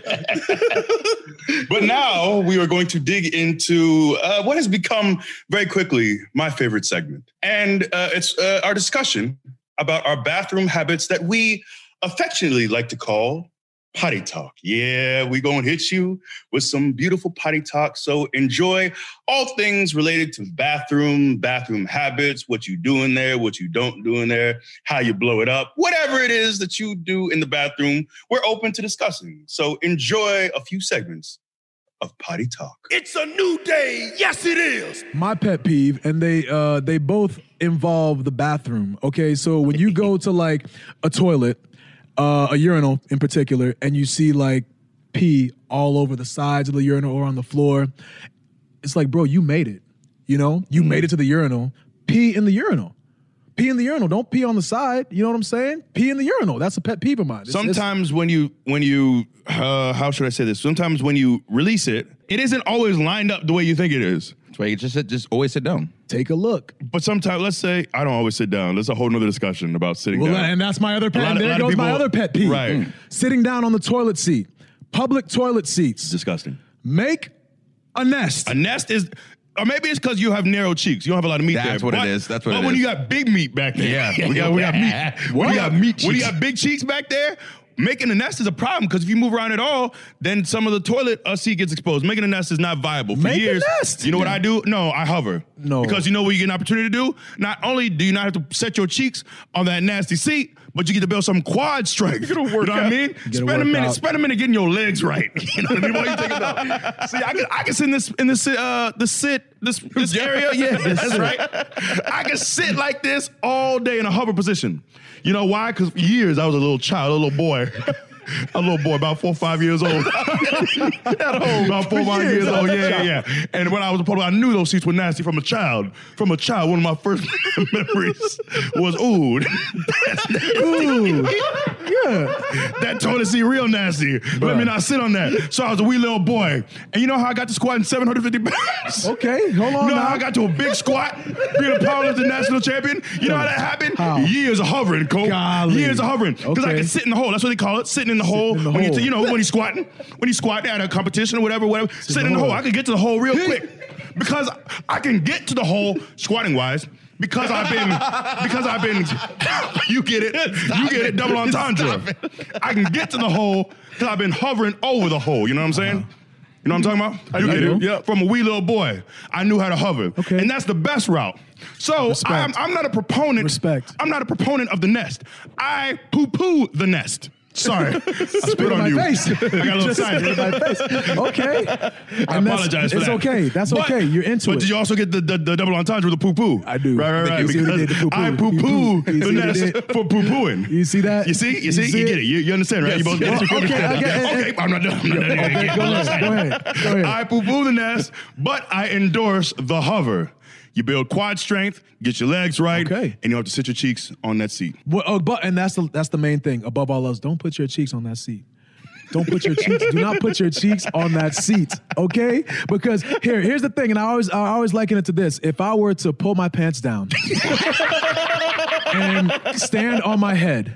but now we are going to dig into uh, what has become very quickly my favorite segment. And uh, it's uh, our discussion about our bathroom habits that we affectionately like to call potty talk. Yeah, we going to hit you with some beautiful potty talk. So enjoy all things related to bathroom, bathroom habits, what you do in there, what you don't do in there, how you blow it up, whatever it is that you do in the bathroom, we're open to discussing. So enjoy a few segments
of potty talk.
It's a new day. Yes, it is.
My pet peeve, and they uh, they both involve the bathroom. Okay, so when you go to like a toilet, uh, a urinal in particular, and you see like pee all over the sides of the urinal or on the floor, it's like, bro, you made it. You know, you made it to the urinal. Pee in the urinal. Pee in the urinal. Don't pee on the side. You know what I'm saying? Pee in the urinal. That's a pet peeve of mine. It's- it's-
Sometimes when you when you uh, how should I say this? Sometimes when you release it, it isn't always lined up the way you think it is. That's why you just sit, just always sit down.
Take a look.
But sometimes, let's say I don't always sit down. That's a whole nother discussion about sitting
Well,
down.
and that's my other
A
pet.
lot
and
of-
there
lot of
goes my
people-
other pet peeve.
Right.
Sitting down on the toilet seat, public toilet seats.
Disgusting.
Make a nest.
A nest is, or maybe it's because you have narrow cheeks. You don't have a lot of meat there.
That's what it is. That's what
but
it
when
is.
you got big meat back there,
Yeah.
we got we got meat.
What?
When you got meat. When you
cheeks.
got big cheeks back there. Making a nest is a problem because if you move around at all, then some of the toilet uh, seat gets exposed. Making a nest is not viable for
Make a
years.
nest.
You know what I do? No, I hover.
No.
because you know what you get an opportunity to do. Not only do you not have to set your cheeks on that nasty seat, but you get to build some quad strength. You know what I mean?
Get a
Spend a minute.
workout.
Spend a minute getting your legs right. You know what I mean? While you take it off. See, I can I can sit in this in this uh the sit this this area. Yeah, that's right. I can sit like this all day in a hover position. You know why? Because years I was a little child, a little boy. A little boy, about four or five years old. about four or five years,
years.
old, yeah, yeah, yeah. And when I was a Puerto Rico, I knew those seats were nasty from a child. From a child, one of my first memories was, ooh,
Ooh.
that toilet seat real nasty. Let me not sit on that. So I was a wee little boy. And you know how I got to squatting 750 pounds?
Okay, hold on.
You know
now.
how I got to a big squat, being a powerlifting national champion? You know how that happened?
How?
Years of hovering, Cole.
Golly.
Years of hovering. Because I
Okay.
can sit in the hole. That's what they call it. Sitting in the hole.
in the
when You,
hole.
you know, when you're squatting. When you squat at a competition or whatever, whatever. Sitting in the hole. I can get to the hole real quick. Because I can get to the hole squatting wise. Because I've been, because I've been, you get it, you get it, double entendre. I can get to the hole because I've been hovering over the hole. You know what I'm saying? You Uh-huh. know what I'm talking about? You
do.
get it? Yeah. From a wee little boy, I knew how to hover. Okay. And that's the best route. So I'm, I'm not a proponent. Respect. I'm not a proponent of the nest. I poo poo the nest. Sorry. I spit
in
on
my
you.
face.
I got a little
Just spit in my
science.
face. Okay. And
I
that's-
apologize for
it's
that.
okay. That's okay. You're into
but
it.
But did you also get the, the, the double entendre with the poo poo? I do. Right, right, right.
You see what he did to
Because I poo
poo-poo.
poo
You see
the
what he
nest
did?
for poo pooing.
You see that?
You see? You see? You get it. You, you understand, right?
Yes.
You both get it.
Well, okay, I get it.
Okay, I'm not done. I'm not done.
Okay, go ahead, go ahead, go ahead.
I poo poo the nest, but I endorse the hover. You build quad strength, get your legs right, okay. and you have to sit your cheeks on that seat.
Well, oh, but and that's the that's the main thing. Above all else, don't put your cheeks on that seat. Don't put your cheeks. Do not put your cheeks on that seat, okay? Because here, here's the thing, and I always I always liken it to this. If I were to pull my pants down and stand on my head,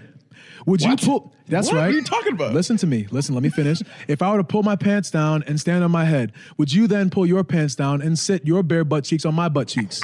would you pull? That's
What?
right.
What are you talking about?
Listen to me. Listen. Let me finish. if I were to pull my pants down and stand on my head, would you then pull your pants down and sit your bare butt cheeks on my butt cheeks?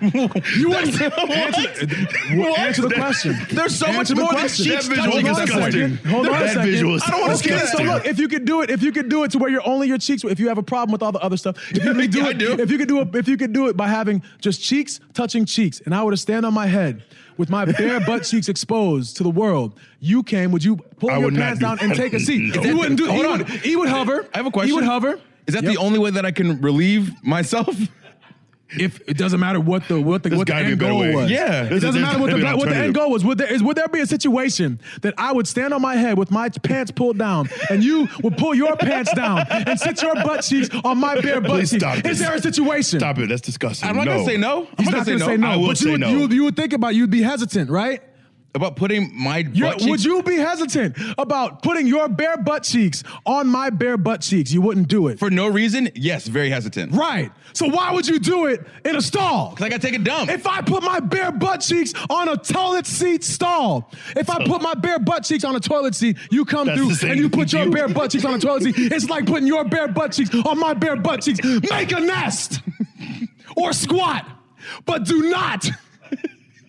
you wouldn't answer, well, answer the question.
There's so much
Answer the
more than
question.
cheeks
Hold
touching
on a
disgusting.
second. Hold on a
That
second.
visual is
I don't want to
disgusting.
skip it. So look, if you could do it, if you could do it to where you're only your cheeks, if you have a problem with all the other stuff, if you could do
I
it,
do.
if you could do it, if you could do it by having just cheeks touching cheeks, and I were to stand on my head with my bare butt cheeks exposed to the world, you came, would you pull
I
your
would not
pants
do
down
that.
and take a seat?
Is
You
that-
wouldn't do.
hold
He
on.
would, he would hover.
I have a question.
He would hover.
Is that
Yep.
the only way that I can relieve myself?
If it doesn't matter what the what the what the
gotta be a
end
better
goal
way.
was.
Yeah.
it
There's a-
doesn't matter what the
there's gotta be an
what the end
alternative.
goal was. Would there is would there be a situation that I would stand on my head with my pants pulled down and you would pull your pants down and sit your butt cheeks on my bare butt
Please
cheeks?
stop
is
this.
there a situation?
Stop it. That's disgusting.
I'm not gonna
No.
say no. I'm
He's
not
not gonna say no.
I will
but
say
you would
no.
you, would- you would think about it. you'd be hesitant, right?
About putting my
You're-
butt
would
cheeks.
you be hesitant about putting your bare butt cheeks on my bare butt cheeks? You wouldn't do it.
for no reason? Yes, very hesitant.
Right. So why would you do it in a stall?
Cause I gotta take a dump.
If I put my bare butt cheeks on a toilet seat stall, if I put my bare butt cheeks on a toilet seat, you come
That's the
through
same
and you
thing
put your
you-
bare butt cheeks on a toilet seat. It's like putting your bare butt cheeks on my bare butt cheeks. Make a nest or squat, but do not.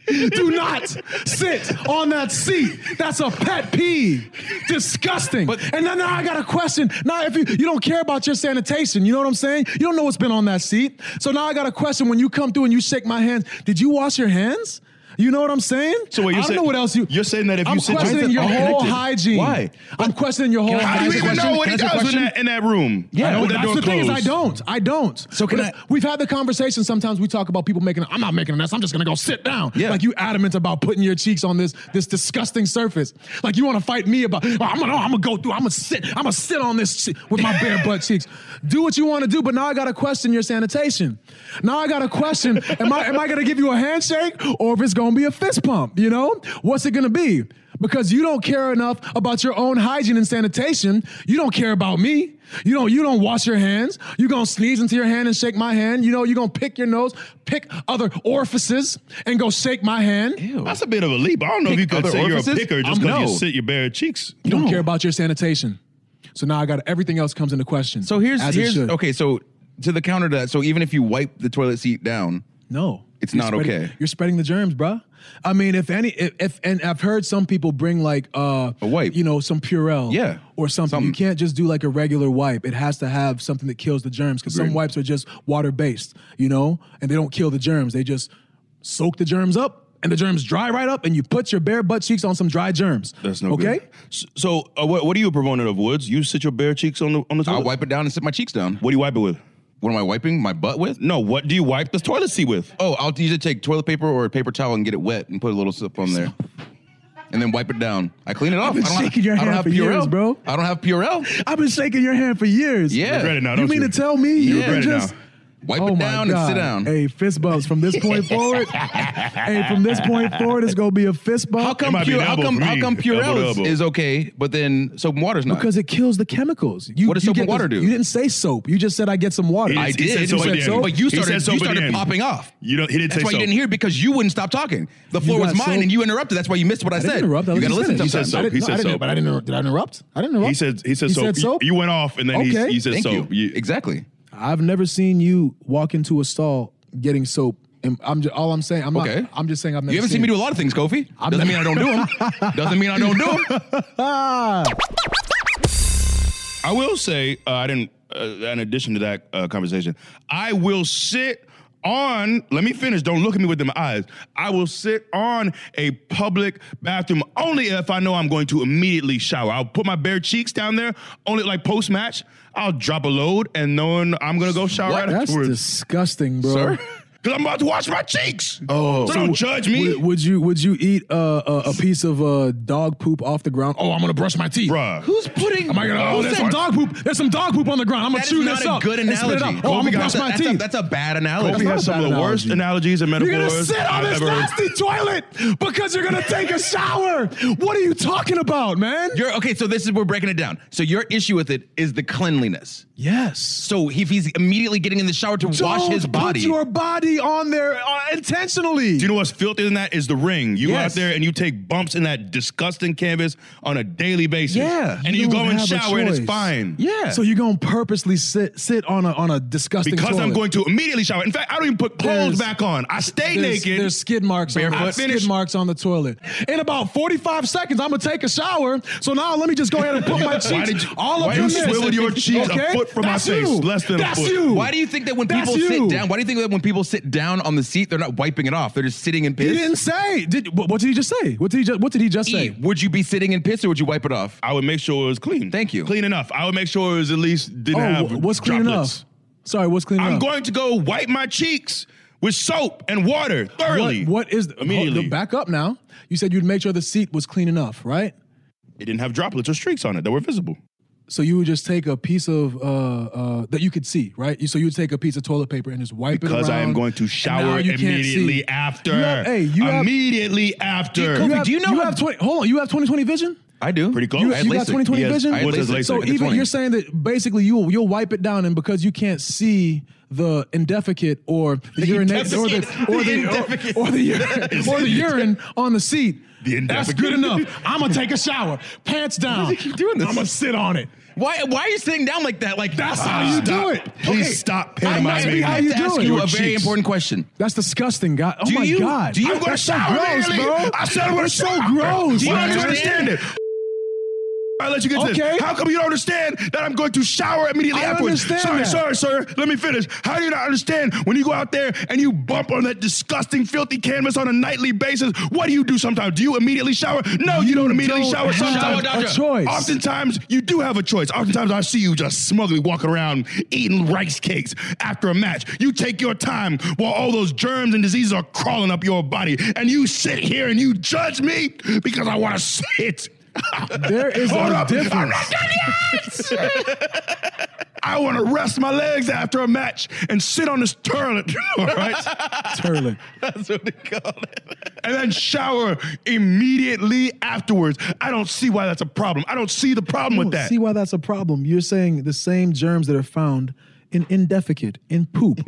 Do not sit on that seat. That's a pet peeve. Disgusting. and then now I got a question. Now, if you, you don't care about your sanitation, you know what I'm saying? You don't know what's been on that seat. So now I got a question. When you come through and you shake my hands, did you wash your hands? You know what I'm saying?
So wait,
I
you're
don't
saying-
know what else you.
You're saying that if
I'm
you sit-
questioning
Why is it
your
all
whole
connected?
hygiene.
Why?
I'm questioning your whole.
How do you
hygiene.
even know what he
Can I ask a
does in
question?
that, in that room? I know
Yeah,
that
that's
door
the thing is I
closed.
don't. I don't. So
can
can we've had the conversation. Sometimes we talk about people making. I'm not making a mess. I'm just gonna go sit down.
Yeah.
Like you adamant about putting your cheeks on this this disgusting surface. Like you want to fight me about. "Oh, I'm gonna. I'm gonna go through. I'm gonna sit. I'm gonna sit on this shit with my bare butt cheeks. Do what you want to do, but now I gotta question your sanitation. Now I gotta question. Am I am I gonna give you a handshake or if it's gonna be a fist pump? You know what's it gonna be? Because you don't care enough about your own hygiene and sanitation. You don't care about me. You don't you don't wash your hands. You're gonna sneeze into your hand and shake my hand. You know, you're gonna pick your nose, pick other orifices, and go shake my hand.
That's a bit of a leap. I don't know if you could say you're a picker just because you sit your bare cheeks.
You don't care about your sanitation. So now I got everything else comes into question.
So here's
as it
here's
should.
okay. So to the counter to that. So even if you wipe the toilet seat down,
No,
it's
You're
not
spreading-
okay.
You're spreading the germs, bruh. I mean, if any, if, if and I've heard some people bring like uh, a wipe, you know, some Purell,
Yeah.
or something. You can't just do like a regular wipe. It has to have something that kills the germs because some
Agreed.
wipes are just water based, you know, and they don't kill the germs. They just soak the germs up, and the germs dry right up, and you put your bare butt cheeks on some dry germs.
That's no
okay.
good. S- So, uh, what, what are you a proponent of, Woods? You sit your bare cheeks on the on the toilet. I wipe
it down and sit my cheeks down.
What do you wipe it with?
What am I wiping my butt with?
No. What do you wipe the toilet seat with?
Oh, I'll usually take toilet paper or a paper towel and get it wet and put a little sip on there. And then wipe it down. I clean it off.
been
I don't have-
shaking your
I don't
hand
have
for
Purell.
years, bro.
I don't have Purell.
I've been shaking your hand for years.
Yeah. You regret it now,
you
don't
mean
you?
to tell me
You
you
regret
can
it now.
just Oh
Wipe it
my
down and sit down.
Hey, fist bumps from this point forward. hey, from this point forward, it's gonna be a fist bump. How
How come, Pure, how come, how come Purell is, is okay, but then soap and water's not?
Because it kills the chemicals. You,
What does
you
soap
get
and water
this-
do?
You didn't say soap. You just said I get some water.
I did.
You said soap?
But you started, you started popping off. That's why you didn't hear because you wouldn't stop talking. The
You
floor was
got
mine
soap?
and you interrupted. That's why you missed what I,
I didn't
said.
interrupt. I
you
was
got to
just
listen
listening. He said
sometimes.
soap. I didn't- He said I didn't- soap. but I didn't inter- did I interrupt? I didn't interrupt.
He said he said
He
soap.
said
You-
soap?
You, went off and then he,
Okay.
he said
Thank
soap.
you.
Exactly.
I've never seen you walk into a stall getting soap. And I'm just, all I'm saying. I'm
Okay.
not, I'm just saying I've never.
You haven't seen me do a lot of things, Kofi.
I'm
Doesn't
not-
mean I don't do them. Doesn't mean I don't do them.
I will say, uh, I didn't. Uh, in addition to that uh, conversation, I will sit on. Let me finish. Don't look at me with them eyes. I will sit on a public bathroom only if I know I'm going to immediately shower. I'll put my bare cheeks down there only like post match. I'll drop a load and knowing I'm gonna go shower right
That's
afterwards.
disgusting, bro.
Because I'm about to wash my cheeks. Oh, so don't judge me.
Would, would you would you eat uh, a, a piece of uh, dog poop off the ground? Oh, I'm gonna brush my teeth.
Bruh.
Who's putting? Am I gonna?
Who
Oh, there's
said-
some dog poop. There's some dog poop on the ground. I'm gonna
That is
chew
not
this
a
up.
good
and spit it
analogy.
out. Oh, I'm
Kobe
gonna
got
brush
that-
my
that's a-
teeth.
that's a bad analogy.
That's
Kobe
not
has
a
some
bad
of the worst analogies and
You're gonna
metaphors
sit on
I've
this
ever heard.
nasty toilet because you're gonna take a shower. What are you talking about, man?
You're okay. So this is we're breaking it down. So your issue with it is the cleanliness.
Yes.
So if he's immediately getting in the shower to wash
Don't
his body,
Put your body on there uh, intentionally.
Do you know what's filthy than that is the ring. You go
Yes.
out there and you take bumps in that disgusting canvas on a daily basis.
Yeah,
And you,
don't
go and
have a
shower and it's
choice.
fine.
So you're gonna purposely sit sit on a on a disgusting
because
toilet.
I'm going to immediately shower. In fact, I don't even put clothes
There's-
back on. I stay
there's,
naked.
There's skid marks. On,
Barefoot.
I skid marks on the toilet. In about 45 seconds, I'm gonna take a shower. So now let me just go ahead and put my
Why
cheeks
did you-
all
why
up
you
in this.
swiveled your cheeks a foot from my
That's
face,
You.
less than a
That's
foot.
you.
Why do you think that when
That's
people sit
you.
down? Why do you think that when people sit down on the seat, they're not wiping it off? They're just sitting in
He
piss.
didn't say. Did what, what did he just say? What did he just What did he just
E,
say?
would you be sitting in piss or would you wipe it off?
I would make sure it was clean.
Thank you.
clean enough. I would make sure it was at least didn't
oh,
have
wh- what's clean
droplets.
enough? Sorry, what's clean
I'm
enough?
going to go wipe my cheeks with soap and water thoroughly.
What, what is
Immediately.
Hold- Back up now. You said you'd make sure the seat was clean enough, right?
It didn't have droplets or streaks on it that were visible.
So you would just take a piece of uh, uh, that you could see, right? You- So you would take a piece of toilet paper and just wipe it
Because I am
around,
going to
and now
shower
you can't see.
immediately after.
You have- hey, you have-
immediately after.
you have, you have 20, hold on, you have 2020 vision?
I do.
Pretty close.
You,
I
you got
had LASIK.
2020
Yes,
vision?
I had What is LASIK? LASIK?
So
It's
even
20.
you're saying that basically you'll you'll wipe it down and because you can't see the indefecate or the, urinate or the or the, or, or the urine or the urine on the seat.
The
that's
indefecate.
good enough. I'm gonna take a shower, pants down. I'm gonna sit on it.
Why? Why are you sitting down like that? Like Ah,
That's how you do it.
Please stop
I
pantomiming.
must be how
me.
you
I have to
do
ask
it.
you
Your
a very
cheeks.
important question.
That's disgusting, God. Oh
Do
my
you-
God.
do you-
That's
I'm gonna shower
so gross,
immediately.
bro.
I said I'm gonna
That's so
shower.
gross.
Do you
man.
understand it?
I let you get to
Okay.
this. How come you don't understand that I'm going to shower immediately
I
afterwards?
understand
sorry,
that.
sorry, sir. Let me finish. How do you not understand when you go out there and you bump on that disgusting, filthy canvas on a nightly basis? What do you do sometimes? Do you immediately shower? No, you, don't immediately
don't
shower.
have
Sometimes
a Shower, doctor. choice.
Oftentimes you do have a choice. Oftentimes I see you just smugly walking around eating rice cakes after a match. You take your time while all those germs and diseases are crawling up your body, and you sit here and you judge me because I want to sit.
There is
Hold
a
up. I'm
difference.
not done yet. I want to rest my legs after a match and sit on this toilet, all right?
Turlet.
That's what they call it. And then shower immediately afterwards. I don't see why that's a problem. I don't see the problem with
don't
that.
See why that's a problem. You're saying the same germs that are found in in defecate, in poop,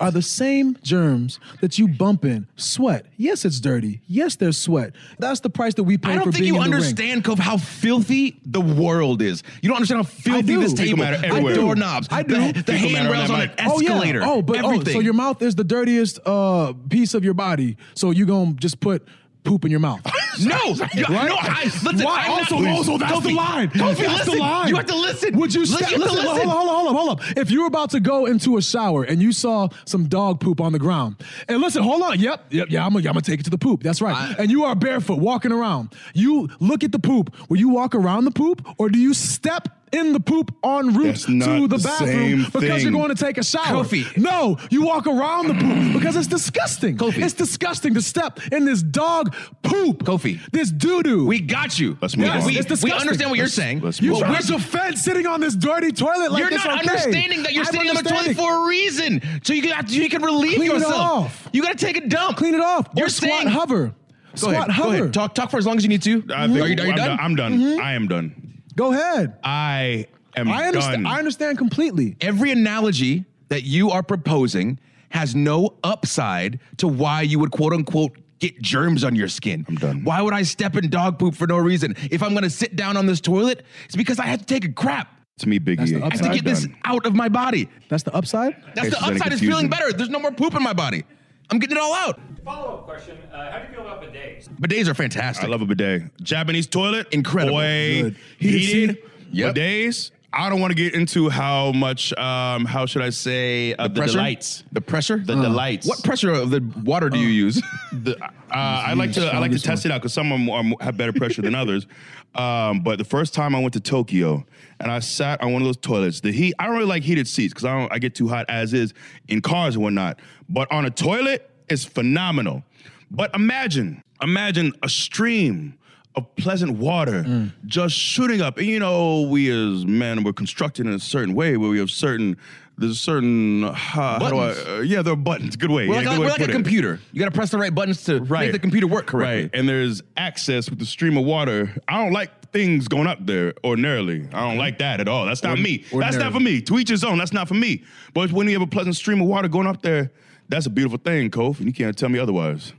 are the same germs that you bump in sweat. Yes, it's dirty. Yes, there's sweat. That's the price that we pay
I
for
don't think
being
you
in the ring.
understand, Cove, how filthy the world is. You don't understand how filthy
do.
this
Fecal
table,
matter
the
everywhere.
doorknobs,
I do.
the, the handrails on, an escalator.
Oh, yeah. oh but oh,
everything.
so your mouth is the dirtiest uh, piece of your body. So you gonna just put poop in your mouth?
No, you- no, I listen.
Why?
I'm
Oh, also,
not,
also, that's
Kofi,
the line.
Kofi,
that's
listen.
the line.
You have to listen.
Would you,
Li-
sta-
you have to
listen, Hold on, hold on, hold on, hold on. If you're about to go into a shower and you saw some dog poop on the ground, and listen, hold on. Yep, yep, yeah. I'm gonna, I'm gonna take it to the poop. That's right. and you are barefoot walking around. You look at the poop. Will you walk around the poop, or do you step? In the poop en route
That's not
to the
the
bathroom
same
because you're
thing.
going to take a shower.
Kofi.
No, you walk around the poop because it's disgusting.
Kofi.
It's disgusting to step in this dog poop.
Kofi.
This doo doo.
We got you.
Let's move
Yes,
on.
we,
it's
we
disgusting.
understand what you're saying.
You
But
trying
we're
to defend sitting on this dirty toilet like
you're
it's
not
okay.
understanding that you're
I'm
sitting on the toilet
understanding.
for a reason. So you can you can relieve
Clean it
yourself.
off.
You got to take a dump.
Clean it off.
You're
or squat
saying-
and hover.
Go
Squat
ahead.
hover.
Go ahead. Talk talk for as long as you need to.
I think-
are you, are you
I'm
done?
I'm done. I am done.
Mm-hmm. Go ahead.
I am
I understand.
done.
I understand completely.
Every analogy that you are proposing has no upside to why you would quote unquote get germs on your skin. I'm
done.
Why would I step in dog poop for no reason? If I'm gonna sit down on this toilet, it's because I have to take a crap.
to me, Biggie.
That's the
I
I
upside.
have to
I'm
get this out of my body.
That's the upside.
That's
Case
the
there's any
upside is feeling
confusion.
better. There's no more poop in my body. I'm getting it all out.
Follow up question uh, How do you feel about bidets?
Bidets are fantastic.
I love a bidet. Japanese toilet,
Incredible.
Boy,
Good. Heated
heated.
seat.
Yep.
Bidets. I don't want to get into how much. Um, how should I say uh, the,
pressure?
delights?
The pressure?
The delights.
What pressure of the water do you use?
The, uh, I like to I like to test it out because some are more, have better pressure than others. Um, but the first time I went to Tokyo and I sat on one of those toilets, the heat I don't really like heated seats because I don't I get too hot as is in cars and whatnot. But on a toilet, it's phenomenal. But imagine imagine a stream of pleasant water just shooting up. And you know, we as men were constructed in a certain way where we have certain there's certain uh, how, how do I,
Buttons.
uh, yeah there are buttons. Good way.
We're
yeah,
like,
good
a-
way
we're
to
like a
put it.
computer. You got to press the right buttons to
Right.
make the computer work correctly.
Right. And there's access with the stream of water. I don't like things going up there ordinarily. I don't like that at all. That's not me. That's not for me. To each his own. That's not for me. But when you have a pleasant stream of water going up there, that's a beautiful thing, Kof. And you can't tell me otherwise.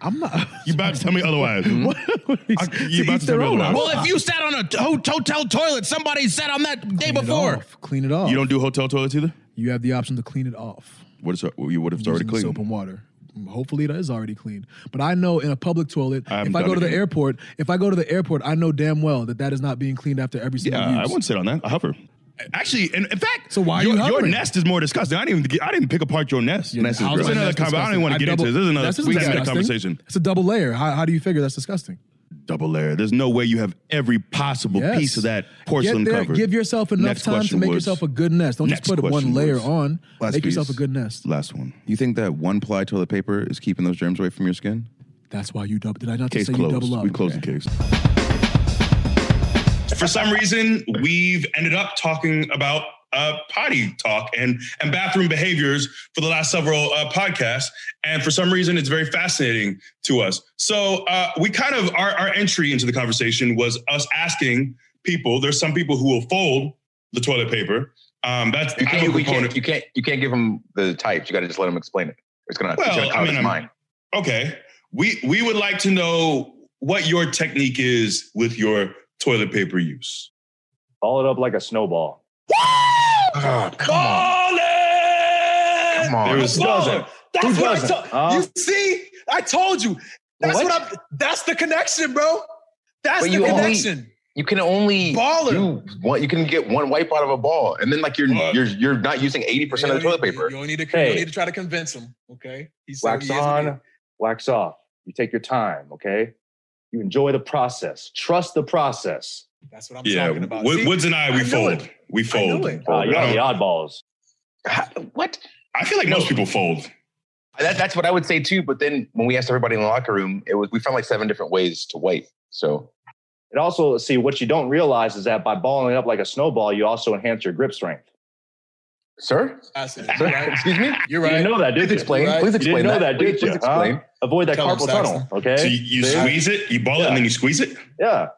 I'm not.
You about to tell me otherwise. I- you
To
about
each
to
their
tell me
own.
otherwise.
Well, if you sat on a to- hotel toilet, somebody sat on that day
Clean it
before.
off. Clean it off.
You don't do hotel toilets either?
You have the option to clean it off.
What, is, what if it's already
using
clean?
Soap and water. Hopefully, that is already clean. But I know in a public toilet,
I haven't
if I
done
go to
it
the
yet.
airport, if I go to the airport, I know damn well that that is not being cleaned after every single
Yeah, I
use.
wouldn't sit on that. I hover. Actually, in, in fact,
So why are
your,
you
your
hovering?
nest is more disgusting. I didn't even get, I didn't pick apart your nest.
Yeah,
nest is
I was
gross.
like,
another
that's
comment. I
disgusting.
don't even want to get
double-
into it. This is another
that's just
we got a
disgusting.
conversation.
It's a double layer. How, how do you figure that's disgusting?
Double layer. There's no way you have every possible
Yes.
piece of that porcelain
Get there,
covered.
Give yourself enough
Next
time to
question
make
was-
yourself a good nest. Don't
Next
just put
question
one layer
was-
on.
Last
make yourself a
piece.
good nest.
Last one.
You think that one ply toilet paper is keeping those germs away from your skin?
That's why you double. Did I not just
Case
say you
closed.
double up?
We closed the case.
For some reason, we've ended up talking about uh, potty talk and and bathroom behaviors for the last several uh, podcasts, and for some reason, it's very fascinating to us. So uh, we kind of our our entry into the conversation was us asking people. There's some people who will fold the toilet paper. Um, that's
You
I'm a
can't, we
proponent-
can't, you can't, you can't give them the types. You got to just let them explain it. It's gonna,
Well,
it's gonna
I
come
mean, I'm-
as mine.
Okay. We we would like to know what your technique is with your toilet paper use.
Ball it up like a snowball.
Oh, come on,
Ball it!
come on.
There was-
Who doesn't?
doesn't?
Who
That's what I
doesn't?
told
Huh?
you. See, I told you. That's what, I'm. That's the connection, bro. That's
But
the
you only-
connection.
you can only do one. You can get one wipe out of a ball, and then like you're you're you're not using eighty percent of the toilet paper.
You don't need to. You
Hey.
don't need to try to convince him. Okay. He's
wax on, wax off. You take your time, okay? You enjoy the process. Trust the process.
That's what I'm
Yeah,
talking about.
Wo-
See,
Woods and I, we
knew
fold.
it.
We fold.
it.
Uh, you're
I
on the
don't-
oddballs.
What?
I feel like most people fold.
That, that's what I would say too. But then when we asked everybody in the locker room, it was we found like seven different ways to wipe. So
And also, see, what you don't realize is that by balling up like a snowball, you also enhance your grip strength.
Sir? Excuse me?
You're
You
right.
didn't know that, did
Please
you?
explain.
You're
Please
you
explain
didn't know
that.
that, did
Please-
you?
please explain.
Huh? Avoid that
Tell him,
carpal
Saxon.
tunnel, okay?
So you- you squeeze
it, you ball it, and then you squeeze it?
Yeah.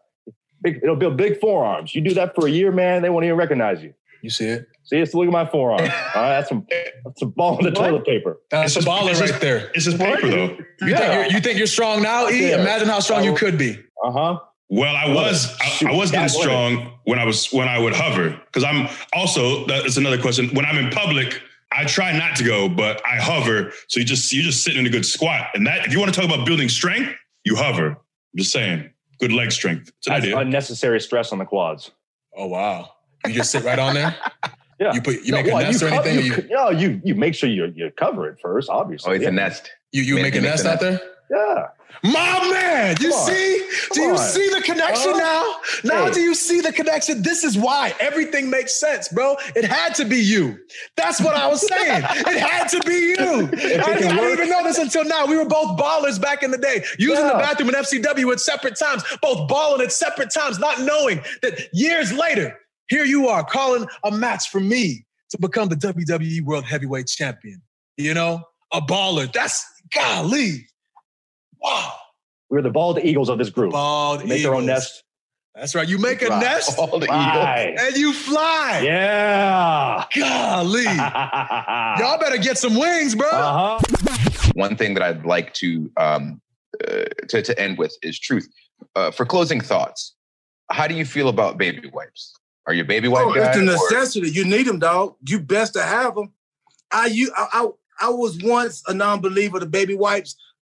Big, it'll build big forearms. You do that for a year, man, they won't even recognize you.
You see it?
See, it's look at my forearm. All right, that's some, that's some ball in the toilet paper.
That's a baller right there.
It's just Uh, paper though.
You, think you're, you think you're strong now? E?
Yeah.
Imagine how strong you could be.
Uh huh.
Well, I was
Oh,
I, I was getting strong when I was when I would hover because I'm also that's another question. When I'm in public, I try not to go, but I hover. So you just you're just sitting in a good squat, and that if you want to talk about building strength, you hover. I'm just saying, good leg strength. It's an
That's
idea.
unnecessary stress on the quads.
Oh wow! You just sit right on there.
Yeah.
You put you
No,
make a
well,
nest or
co-
anything. or
You,
You
co- no, you you make sure you you cover it first, obviously.
Oh, it's a
Yeah.
nest.
you, you
Man,
make
you
a
make
nest
the
out there.
nest. Yeah.
My man, you
Come on.
see? Do
Come
you
on.
see the connection
Huh?
now? Now
Hey.
do you see the connection? This is why everything makes sense, bro. It had to be you. That's what I was saying. it had to be you.
it
I, I
can
didn't
work-
even know this until now. We were both ballers back in the day, using the
Yeah.
bathroom and FCW at separate times, both balling at separate times, not knowing that years later, here you are calling a match for me to become the WWE World Heavyweight Champion. You know, a baller. That's golly. Wow.
We're the bald eagles of this group.
Bald
Make their own
eagles.
nest.
That's right. You make a
Fly.
nest
All the Fly. eagles.
and you fly.
Yeah.
Golly. Y'all better get some wings, bro.
one thing that I'd like to um, uh, to to end with is truth. Uh, for closing thoughts, how do you feel about baby wipes? Are you a baby wipe
Oh,
guy?
it's a
or-
necessity. You need them, dog. You best to have them. I you I, I I was once a non-believer to baby wipes.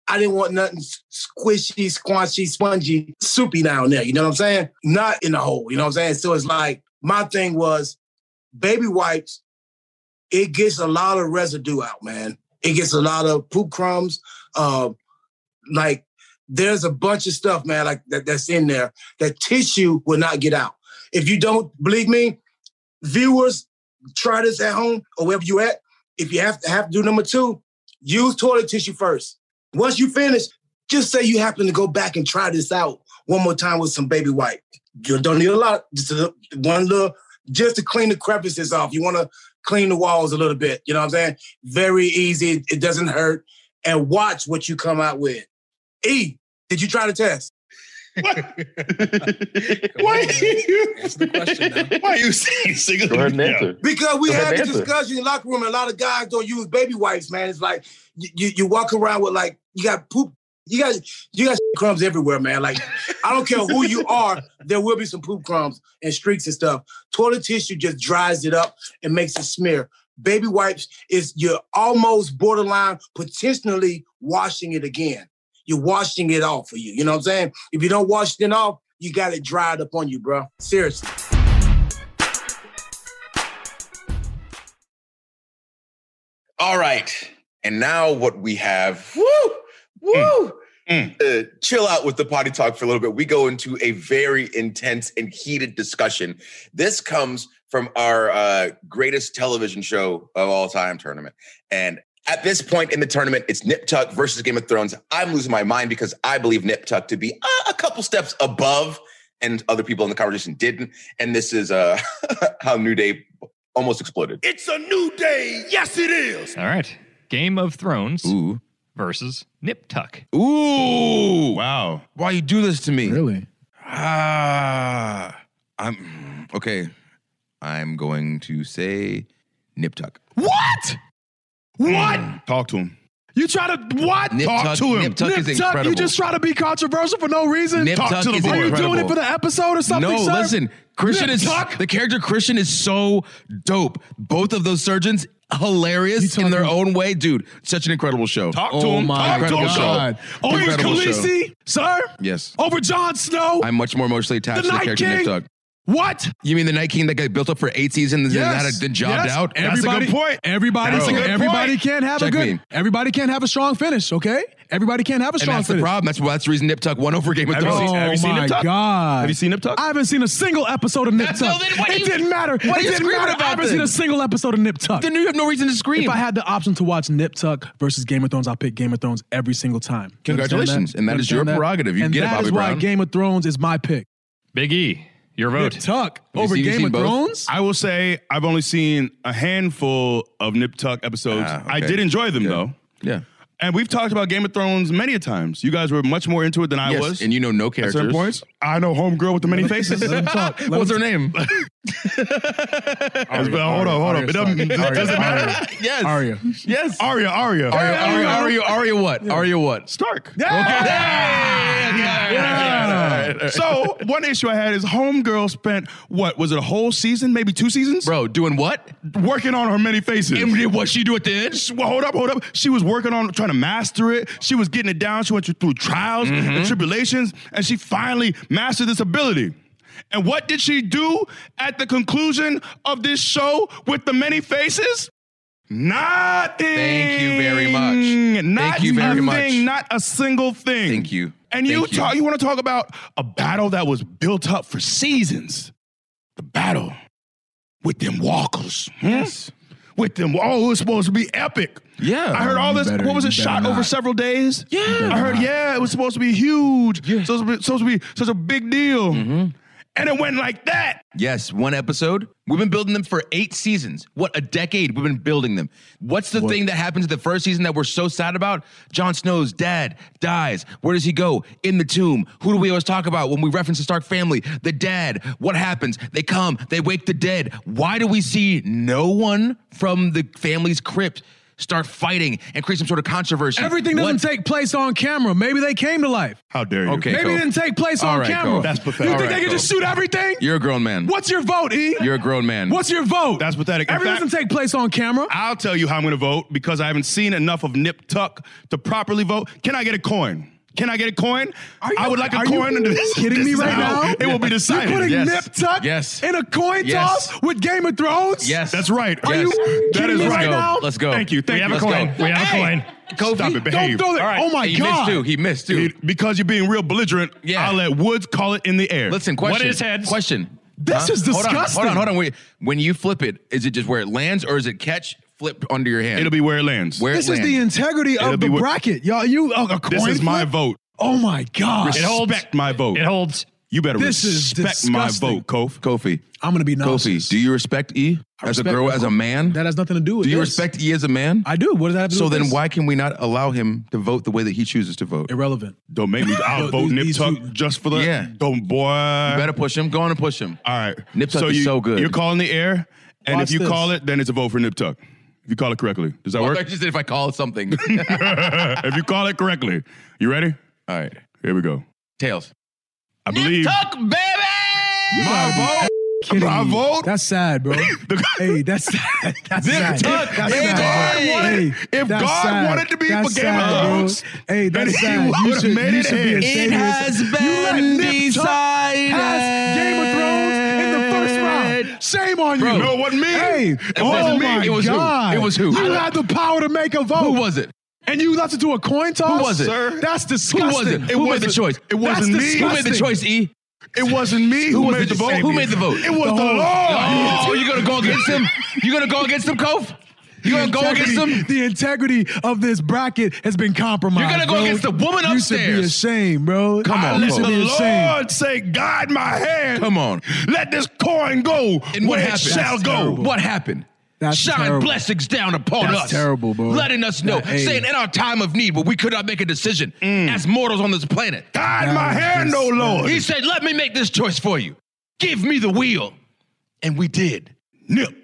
I didn't want nothing s- squishy, squanchy, spongy, soupy down there. You know what I'm saying? Not in the hole. You know what I'm saying? So it's like my thing was baby wipes. It gets a lot of residue out, man. It gets a lot of poop crumbs. Uh, like there's a bunch of stuff, man, like that, that's in there that tissue will not get out. If you don't believe me, viewers, try this at home or wherever you at. If you have to have to do number two, use toilet tissue first. Once you finish, just say you happen to go back and try this out one more time with some baby wipe. You don't need a lot, just a, one little, just to clean the crevices off. You want to clean the walls a little bit. You know what I'm saying? Very easy. It doesn't hurt. And watch what you come out with. E, did you try the test?
Why
the question
Why are you saying single?
Go ahead and answer. Because we
Go ahead
had
and
this
answer.
discussion in the locker room, and a lot of guys don't use baby wipes, man. It's like you, you, you walk around with like you got poop, you got you got crumbs everywhere, man. Like I don't care who you are, there will be some poop crumbs and streaks and stuff. Toilet tissue just dries it up and makes it smear. Baby wipes is you're almost borderline potentially washing it again. You're washing it off for you. You know what I'm saying? If you don't wash it off, you got it dried up on you, bro. Seriously.
All right. And now what we have. Woo! Woo! Uh, chill out with the potty talk for a little bit. We go into a very intense and heated discussion. This comes from our uh, greatest television show of all time tournament. And at this point in the tournament, it's Nip Tuck versus Game of Thrones. I'm losing my mind because I believe Nip Tuck to be a, a couple steps above, and other people in the conversation didn't. And this is uh, how New Day almost exploded.
It's a new day. Yes, it is.
All right. Game of Thrones versus Nip Tuck.
Ooh. Wow. Why you do this to me? Really? Ah. I'm okay. I'm going to say Nip Tuck.
What? What? Talk to him.
You try to what?
Nip
Talk
Tuck-
to him.
Nip Tuck is
Nip
incredible.
You just
try to be controversial for no reason.
Nip Talk Tuck to the is boy.
Are you doing it
incredible.
for the episode or something?
No,
sir?
listen. Christian
Nip
is
Tuck?
the character Christian is so dope. Both of those surgeons hilarious in their own way, dude. Such an incredible show.
Oh
Oh
Talk to him. Talk to him.
Incredible show.
Orange
Oh,
Incredible show.
Khaleesi.
sir,
Yes.
over Jon Snow.
I'm much more emotionally
The
attached to the
Night
character than
King?
Doug.
What?
You mean the Night King that got built up for eight seasons and
Yes.
then had it then jobbed
Yes.
out?
Everybody, Everybody,
That's a good
everybody
point.
can't have
Check
a good.
me.
Everybody can't have a strong finish. Okay, everybody can't have a
And
strong
that's the
finish.
problem. That's why that's the reason Nip Tuck won over Game of
Have you
Thrones. Oh
seen- have you seen Nip Tuck? Have you seen
Nip Tuck?
I haven't seen a single episode of Nip
no,
Tuck.
then what are
it
you-
didn't matter.
what are
it
you
didn't
screaming
matter. I
about
haven't
then?
seen a single episode of Nip Tuck.
Then you have no reason to scream.
If I had the option to watch Nip Tuck versus Game of Thrones, I'll pick Game of Thrones every single time. You understand
Congratulations. And that
You
is your
understand
prerogative. You
and
get it,
that
Bobby
is why
Brown.
Game of Thrones is my pick.
Big E, your vote.
Nip Tuck over Game of Thrones.
I will say I've only seen a handful of Nip Tuck episodes.
Ah,
I
okay.
did enjoy them though.
Yeah.
And we've talked about Game of Thrones many a times. You guys were much more into it than I
Yes,
was.
and you know no
At certain
characters.
points. I know Homegirl with the many faces.
Let him talk. Let What's him- her name?
I was- but hold on, hold on. It doesn't, does it matter?
Yes.
Aria.
Yes. Aria, Aria.
Aria,
There you
Aria, Aria,
go.
Aria what? Aria what?
Stark.
Yeah.
So one issue I had is Homegirl spent what was it a whole season, maybe two seasons,
bro, doing what?
Working on her many faces.
And did what she do at the end?
Sh- Well, hold up, hold up. She was working on trying to master it. She was getting it down. She went through trials
Mm-hmm.
and tribulations, and she finally mastered this ability. And what did she do at the conclusion of this show with the many faces? Nothing.
Thank you very much.
Not
Thank you very
a
much.
thing, not a single thing.
Thank you.
And you
Thank you.
talk you want to talk about a battle that was built up for seasons. The battle with them walkers. hmm? With them. Oh, it was supposed to be epic.
Yeah.
I heard all
You
this.
better-
what was
you
it?
better
Shot over
not.
several days. Yeah.
better
I heard.
not.
Yeah, it was supposed to be huge. Yeah. Supposed to be, supposed to be such a big deal. And it went like that.
Mm-hmm. Yes, one episode. We've been building them for eight seasons. What a decade we've been building them. What's the thing that happens at the first season that we're so sad about? Jon Snow's dad dies. Where does he go? In the tomb. Who do we always talk about when we reference the Stark family? The dad. What happens? They come. They wake the dead. Why do we see no one from the family's crypt start fighting and create some sort of controversy?
Everything doesn't
What-
take place on camera. Maybe they came to life.
How dare you?
Okay,
Maybe
Cole.
it didn't take place
All
on
right,
camera.
Cole. That's pathetic.
You
All
think
right,
they can just
Cole.
shoot everything?
You're a grown man.
What's your vote, E?
You're a grown man.
What's your vote?
That's pathetic. In
Everything
fact-
doesn't take place on camera.
I'll tell you how I'm going to vote because I haven't seen enough of Nip Tuck to properly vote. Can I get a coin? Can I get a coin? I would like a
are
coin.
you
under this,
kidding me
this is
right
how
now?
It will be decided.
You're putting
Yes.
Nip Tuck
Yes.
in a coin
Yes.
toss with Game of Thrones?
Yes.
That's right.
Are
Yes.
you
That
kidding
is
me
Let's
right
go.
now?
Let's go.
Thank you. Thank
we have
you.
a coin.
We have a coin.
Stop it. Behave.
Don't throw that.
All right.
Oh my
he
God.
missed too. He missed too.
He- because you're being real belligerent,
Yeah.
I'll let Woods call it in the air.
Listen, question.
is heads?
Question.
This is
Hold on,
disgusting.
Hold on, hold on. Wait. When you flip it, is it just where it lands or is it catch, flip under your hand?
It'll be where it lands.
where
This
it
is the
lands.
integrity
It'll
of
be
the
what-
bracket, y'all. You oh, a coin
This is my
flip?
vote.
Oh my God.
Respect my vote.
It holds.
You better
This is
respect my
disgusting.
vote, Kof.
Kofi.
I'm gonna be
Kofi,
nauseous.
do you respect E
I
as a
respect
girl,
him.
as a man?
That has nothing to do with
do you
this.
respect E as a man?
I do. What does that have to do
so
with
then
this?
why can we not allow him to vote the way that he chooses to vote? You
Irrelevant.
Don't make me. I'll
Yo,
vote
these-
Nip
these
Tuck
two-
just for the.
Yeah.
Don't boy.
better push him. Go on and push him.
All right.
Nip Tuck is
you,
so good.
You're calling the air, and
Watch
if you
this.
call it, then it's a vote for Nip Tuck. If you call it correctly, does that
Well,
work?
I just did if I call it something.
if you call it correctly, you ready?
All right.
Here we go.
Tails.
I believe
Tuck, baby!
my vote.
Kidding
My
me.
vote.
That's sad, bro. hey, that's sad. That's
Nip
sad.
Tuck,
That's
if God
bro.
wanted- if
that's
God wanted to be
That's
for Game of
sad, bro.
Thrones,
hey,
then
that's
he
sad. You
would've
should,
made
you
it
should be
here. It
ashamed of yourself.
has
You let
been
Nip Tuck pass Game of Thrones in the first round.
decided.
Shame on you.
Bro.
No, it wasn't me.
Hey, oh
wasn't me.
my
It was who?
God.
It was who? I
You
don't-
had the power to make a vote.
Who was it?
And you left it to a coin toss?
was it?
Sir? That's
Who
disgusting.
was it? Who made the
wasn't-
choice?
it wasn't
That's
me.
Who made the
disgusting.
choice, E?
It wasn't me who,
Who
made
made the
the vote.
vote? Who made the vote?
It was the,
The whole-
Lord.
Oh, you gonna go against him? You gonna go against him, Kof? You gonna go against
integrity-
him?
The integrity of this bracket has been compromised.
You're gonna go
bro.
against the woman
You should be
upstairs.
ashamed, bro.
Come
I
on,
you
let
Kof.
should
the
be ashamed.
Lord say, "Guide my hand."
Come on.
Let this coin go
And what
where it
happened?
shall
That's
go.
terrible.
What happened?
That's
Shine
terrible.
blessings down upon
That's
us.
terrible, bro.
Letting us know,
That- hey. Mm.
saying in our time of need, where we could not make a decision as mortals on this planet.
Guide my
That is
hand, O Lord.
He said, Let me make this choice for you. Give me the wheel. And we did.
Nip,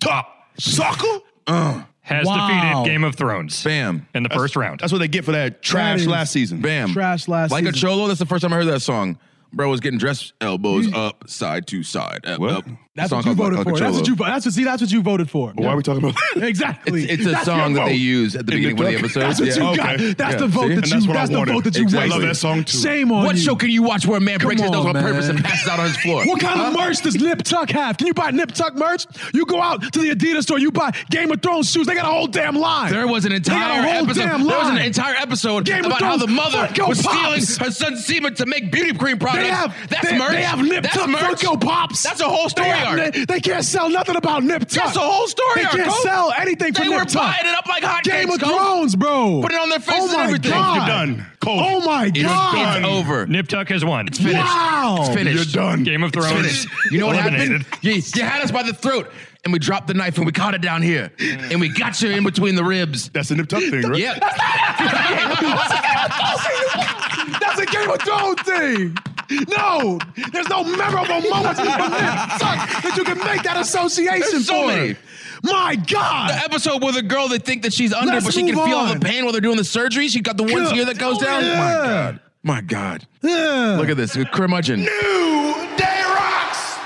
top, sucker. Uh.
Has
Wow.
defeated Game of Thrones
Bam.
in the first round.
That's what they get for that trash
is-
last season.
Bam.
Trash last
Like a
season.
Cholo, that's the first time I heard that song.
Bro was getting dressed elbows up, side to side. Up, up.
That's
Song
what you
called
voted
Buck-
for. That's
Buckacholo.
what you. vo- That's what. See, that's what you voted for.
Why are we talking about
exactly?
It's- it's a
That's your
song that they
vote.
use at the
In
beginning of the episode.
That's what
Yeah.
you got.
Okay.
That's
Yeah.
the vote
See?
that you.
And
That's,
that's what I
the vote
wanted.
that you wasted.
Exactly. I love that song, too.
Shame on
What
you.
show can you watch where a man
Come
breaks his nose on purpose
man.
and passes out on his floor?
What kind
Huh?
of merch does Nip Tuck have? Can you buy Nip Tuck merch? You go out to the Adidas store. You buy Game of Thrones shoes. They got a whole damn line.
There was an
They got a
entire
whole
episode.
damn
There was an
line.
entire episode
Game of
about how the
Thrones,
mother
fuck your
was stealing
pops.
her son's semen to make beauty cream products.
They have
That's
they,
merch.
They have Nip
That's
Tuck
merch.
Funko Pops.
That's a whole story
they have-
arc.
They, they can't sell nothing about Nip Tuck.
That's a whole story
They
arc,
can't
Cole.
sell anything for
They
Nip
were
Tuck.
buying it up like hotcakes,
Game of
Cole.
Thrones, bro.
Put it on their faces
Oh
and
my
everything.
God.
You're
done.
Oh my
It's,
god.
it's over.
Nip Tuck has won.
It's finished.
Wow.
It's finished.
You're done. Game of
It's
Thrones
finished. You know what happened?
eliminated.
You, you had us by the throat, and we dropped the knife, and we caught it down here, and we got you in between the ribs.
That's the nip tuck thing, right?
Yeah.
That's a Game of Thrones thing. No, there's no memorable moments from Nip Tuck that you can make that association
There's so
for.
many.
My God.
The episode with a girl they think that she's under,
Let's
but she can
move
feel all
on.
the pain while they're doing the surgery. She got the one
Good.
tear that goes
Oh,
down.
yeah.
My God. My God. Look at this. With curmudgeon.
New Day Rocks!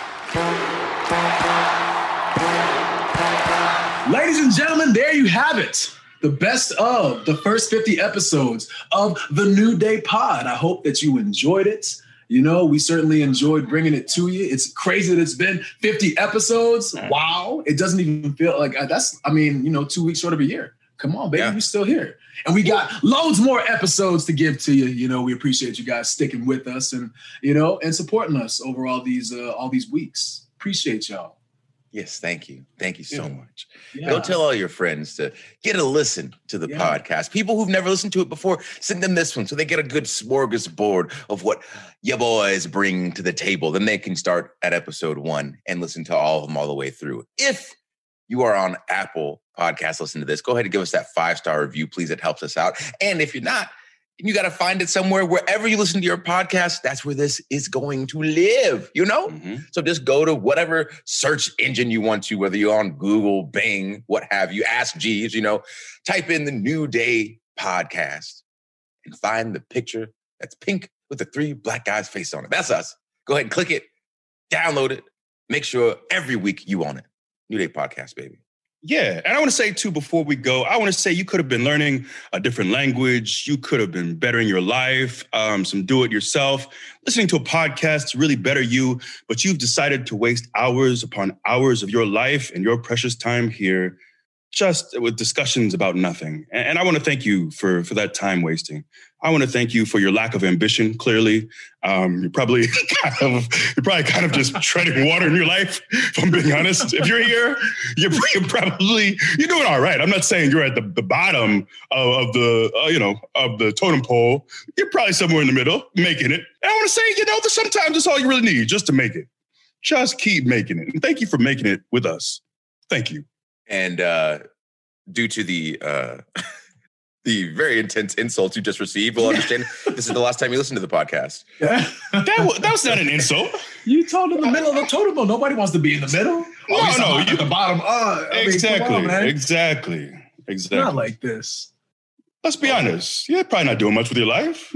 Ladies and gentlemen, there you have it. The best of the first 50 episodes of the New Day Pod. I hope that you enjoyed it. You know, we certainly enjoyed bringing it to you. It's crazy that it's been 50 episodes. Wow. It doesn't even feel like uh, that's, I mean, you know, two weeks short of a year. Come on, baby, we're still here. And we got loads more episodes to give to you. You know, we appreciate you guys sticking with us and, you know, and supporting us over all these, uh, all these weeks. Appreciate y'all.
Yes, thank you. Thank you so
Yeah.
much.
Yeah.
Go tell all your friends to get a listen to the podcast. People who've never listened to it before, send them this one so they get a good smorgasbord of what your boys bring to the table. Then they can start at episode one and listen to all of them all the way through. If you are on Apple Podcasts, listen to this. Go ahead and give us that five star review, please. It helps us out. And if you're not, you got to find it somewhere wherever you listen to your podcast that's where this is going to live you know so just go to whatever search engine you want to whether you're on google bing what have you ask jeeves you know type in the new day podcast and find the picture that's pink with the three black guys face on it that's us go ahead and click it download it make sure every week you on it new day podcast baby
Yeah, and I want to say too before we go, I want to say you could have been learning a different language, you could have been bettering your life, um, some do-it-yourself, listening to a podcast to really better you, but you've decided to waste hours upon hours of your life and your precious time here just with discussions about nothing. And, and I want to thank you for for that time wasting. I want to thank you for your lack of ambition. Clearly, um, you're probably kind of you're probably kind of just treading water in your life. If I'm being honest, if you're here, you're, you're probably you're doing all right. I'm not saying you're at the, the bottom of, of the uh, you know of the totem pole. You're probably somewhere in the middle, making it. And I want to say, you know, that sometimes that's all you really need, just to make it. Just keep making it. And thank you for making it with us. Thank you.
and uh, due to the uh, the very intense insults you just received, we'll understand this is the last time you listen to the podcast.
that, was, that was not an insult.
You told in the middle of the totem pole. Nobody wants to be in the middle.
No,
Always
no,
somebody
you-
at the bottom. Uh, I mean, come
exactly,
on, man.
exactly, exactly.
Not like this.
Let's be honest. You're probably not doing much with your life.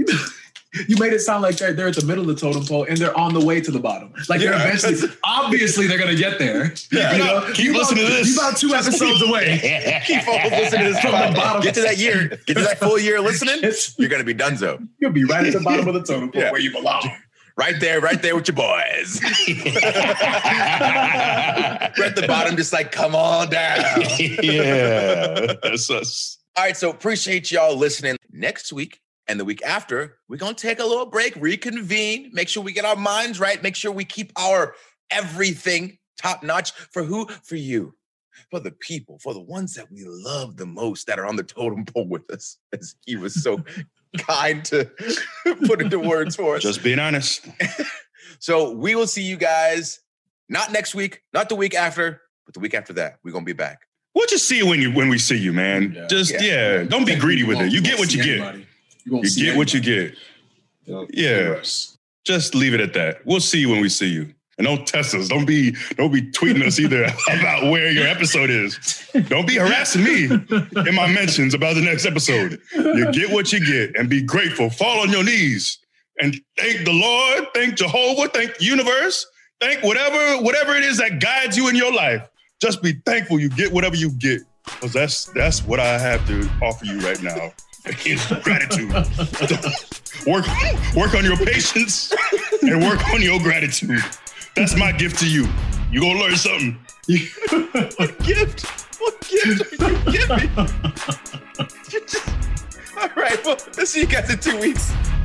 You made it sound like they're, they're at the middle of the totem pole and they're on the way to the bottom. Like they're
Yeah.
eventually, obviously, they're gonna get there.
Yeah.
You
No,
know?
keep
You about-
listening to this.
You about two episodes away.
Keep focused listening to this
from the bottom.
Get to that year. Get to that full year listening. You're gonna be dunzo.
You'll be right at the bottom of the totem pole
Yeah.
where you belong.
Right there, right there with your boys. We're at the bottom, just like come on down.
yeah, that's us.
All right, so appreciate y'all listening. Next week and the week after, we're gonna take a little break, reconvene, make sure we get our minds right, make sure we keep our everything top notch for who? For you, for the people, for the ones that we love the most that are on the totem pole with us, as he was so kind to put into words for us.
Just being honest.
So we will see you guys not next week, not the week after, but the week after that. We're gonna be back.
We'll just see you when you when we see you, man. Just
Yeah.
yeah. Don't be greedy with it. You get what you get.
You
get what you get. Yeah. Just leave it at that. We'll see you when we see you. And don't test us. Don't be don't be tweeting us either about where your episode is. Don't be harassing me in my mentions about the next episode. You get what you get and be grateful. Fall on your knees and thank the Lord, thank Jehovah, thank the universe, thank whatever whatever it is that guides you in your life. Just be thankful you get whatever you get, because that's that's what I have to offer you right now. Is gratitude. work work on your patience and work on your gratitude. That's my gift to you. You gonna learn something. what gift? What gift are you giving?
All right, well, let's see you guys in two weeks.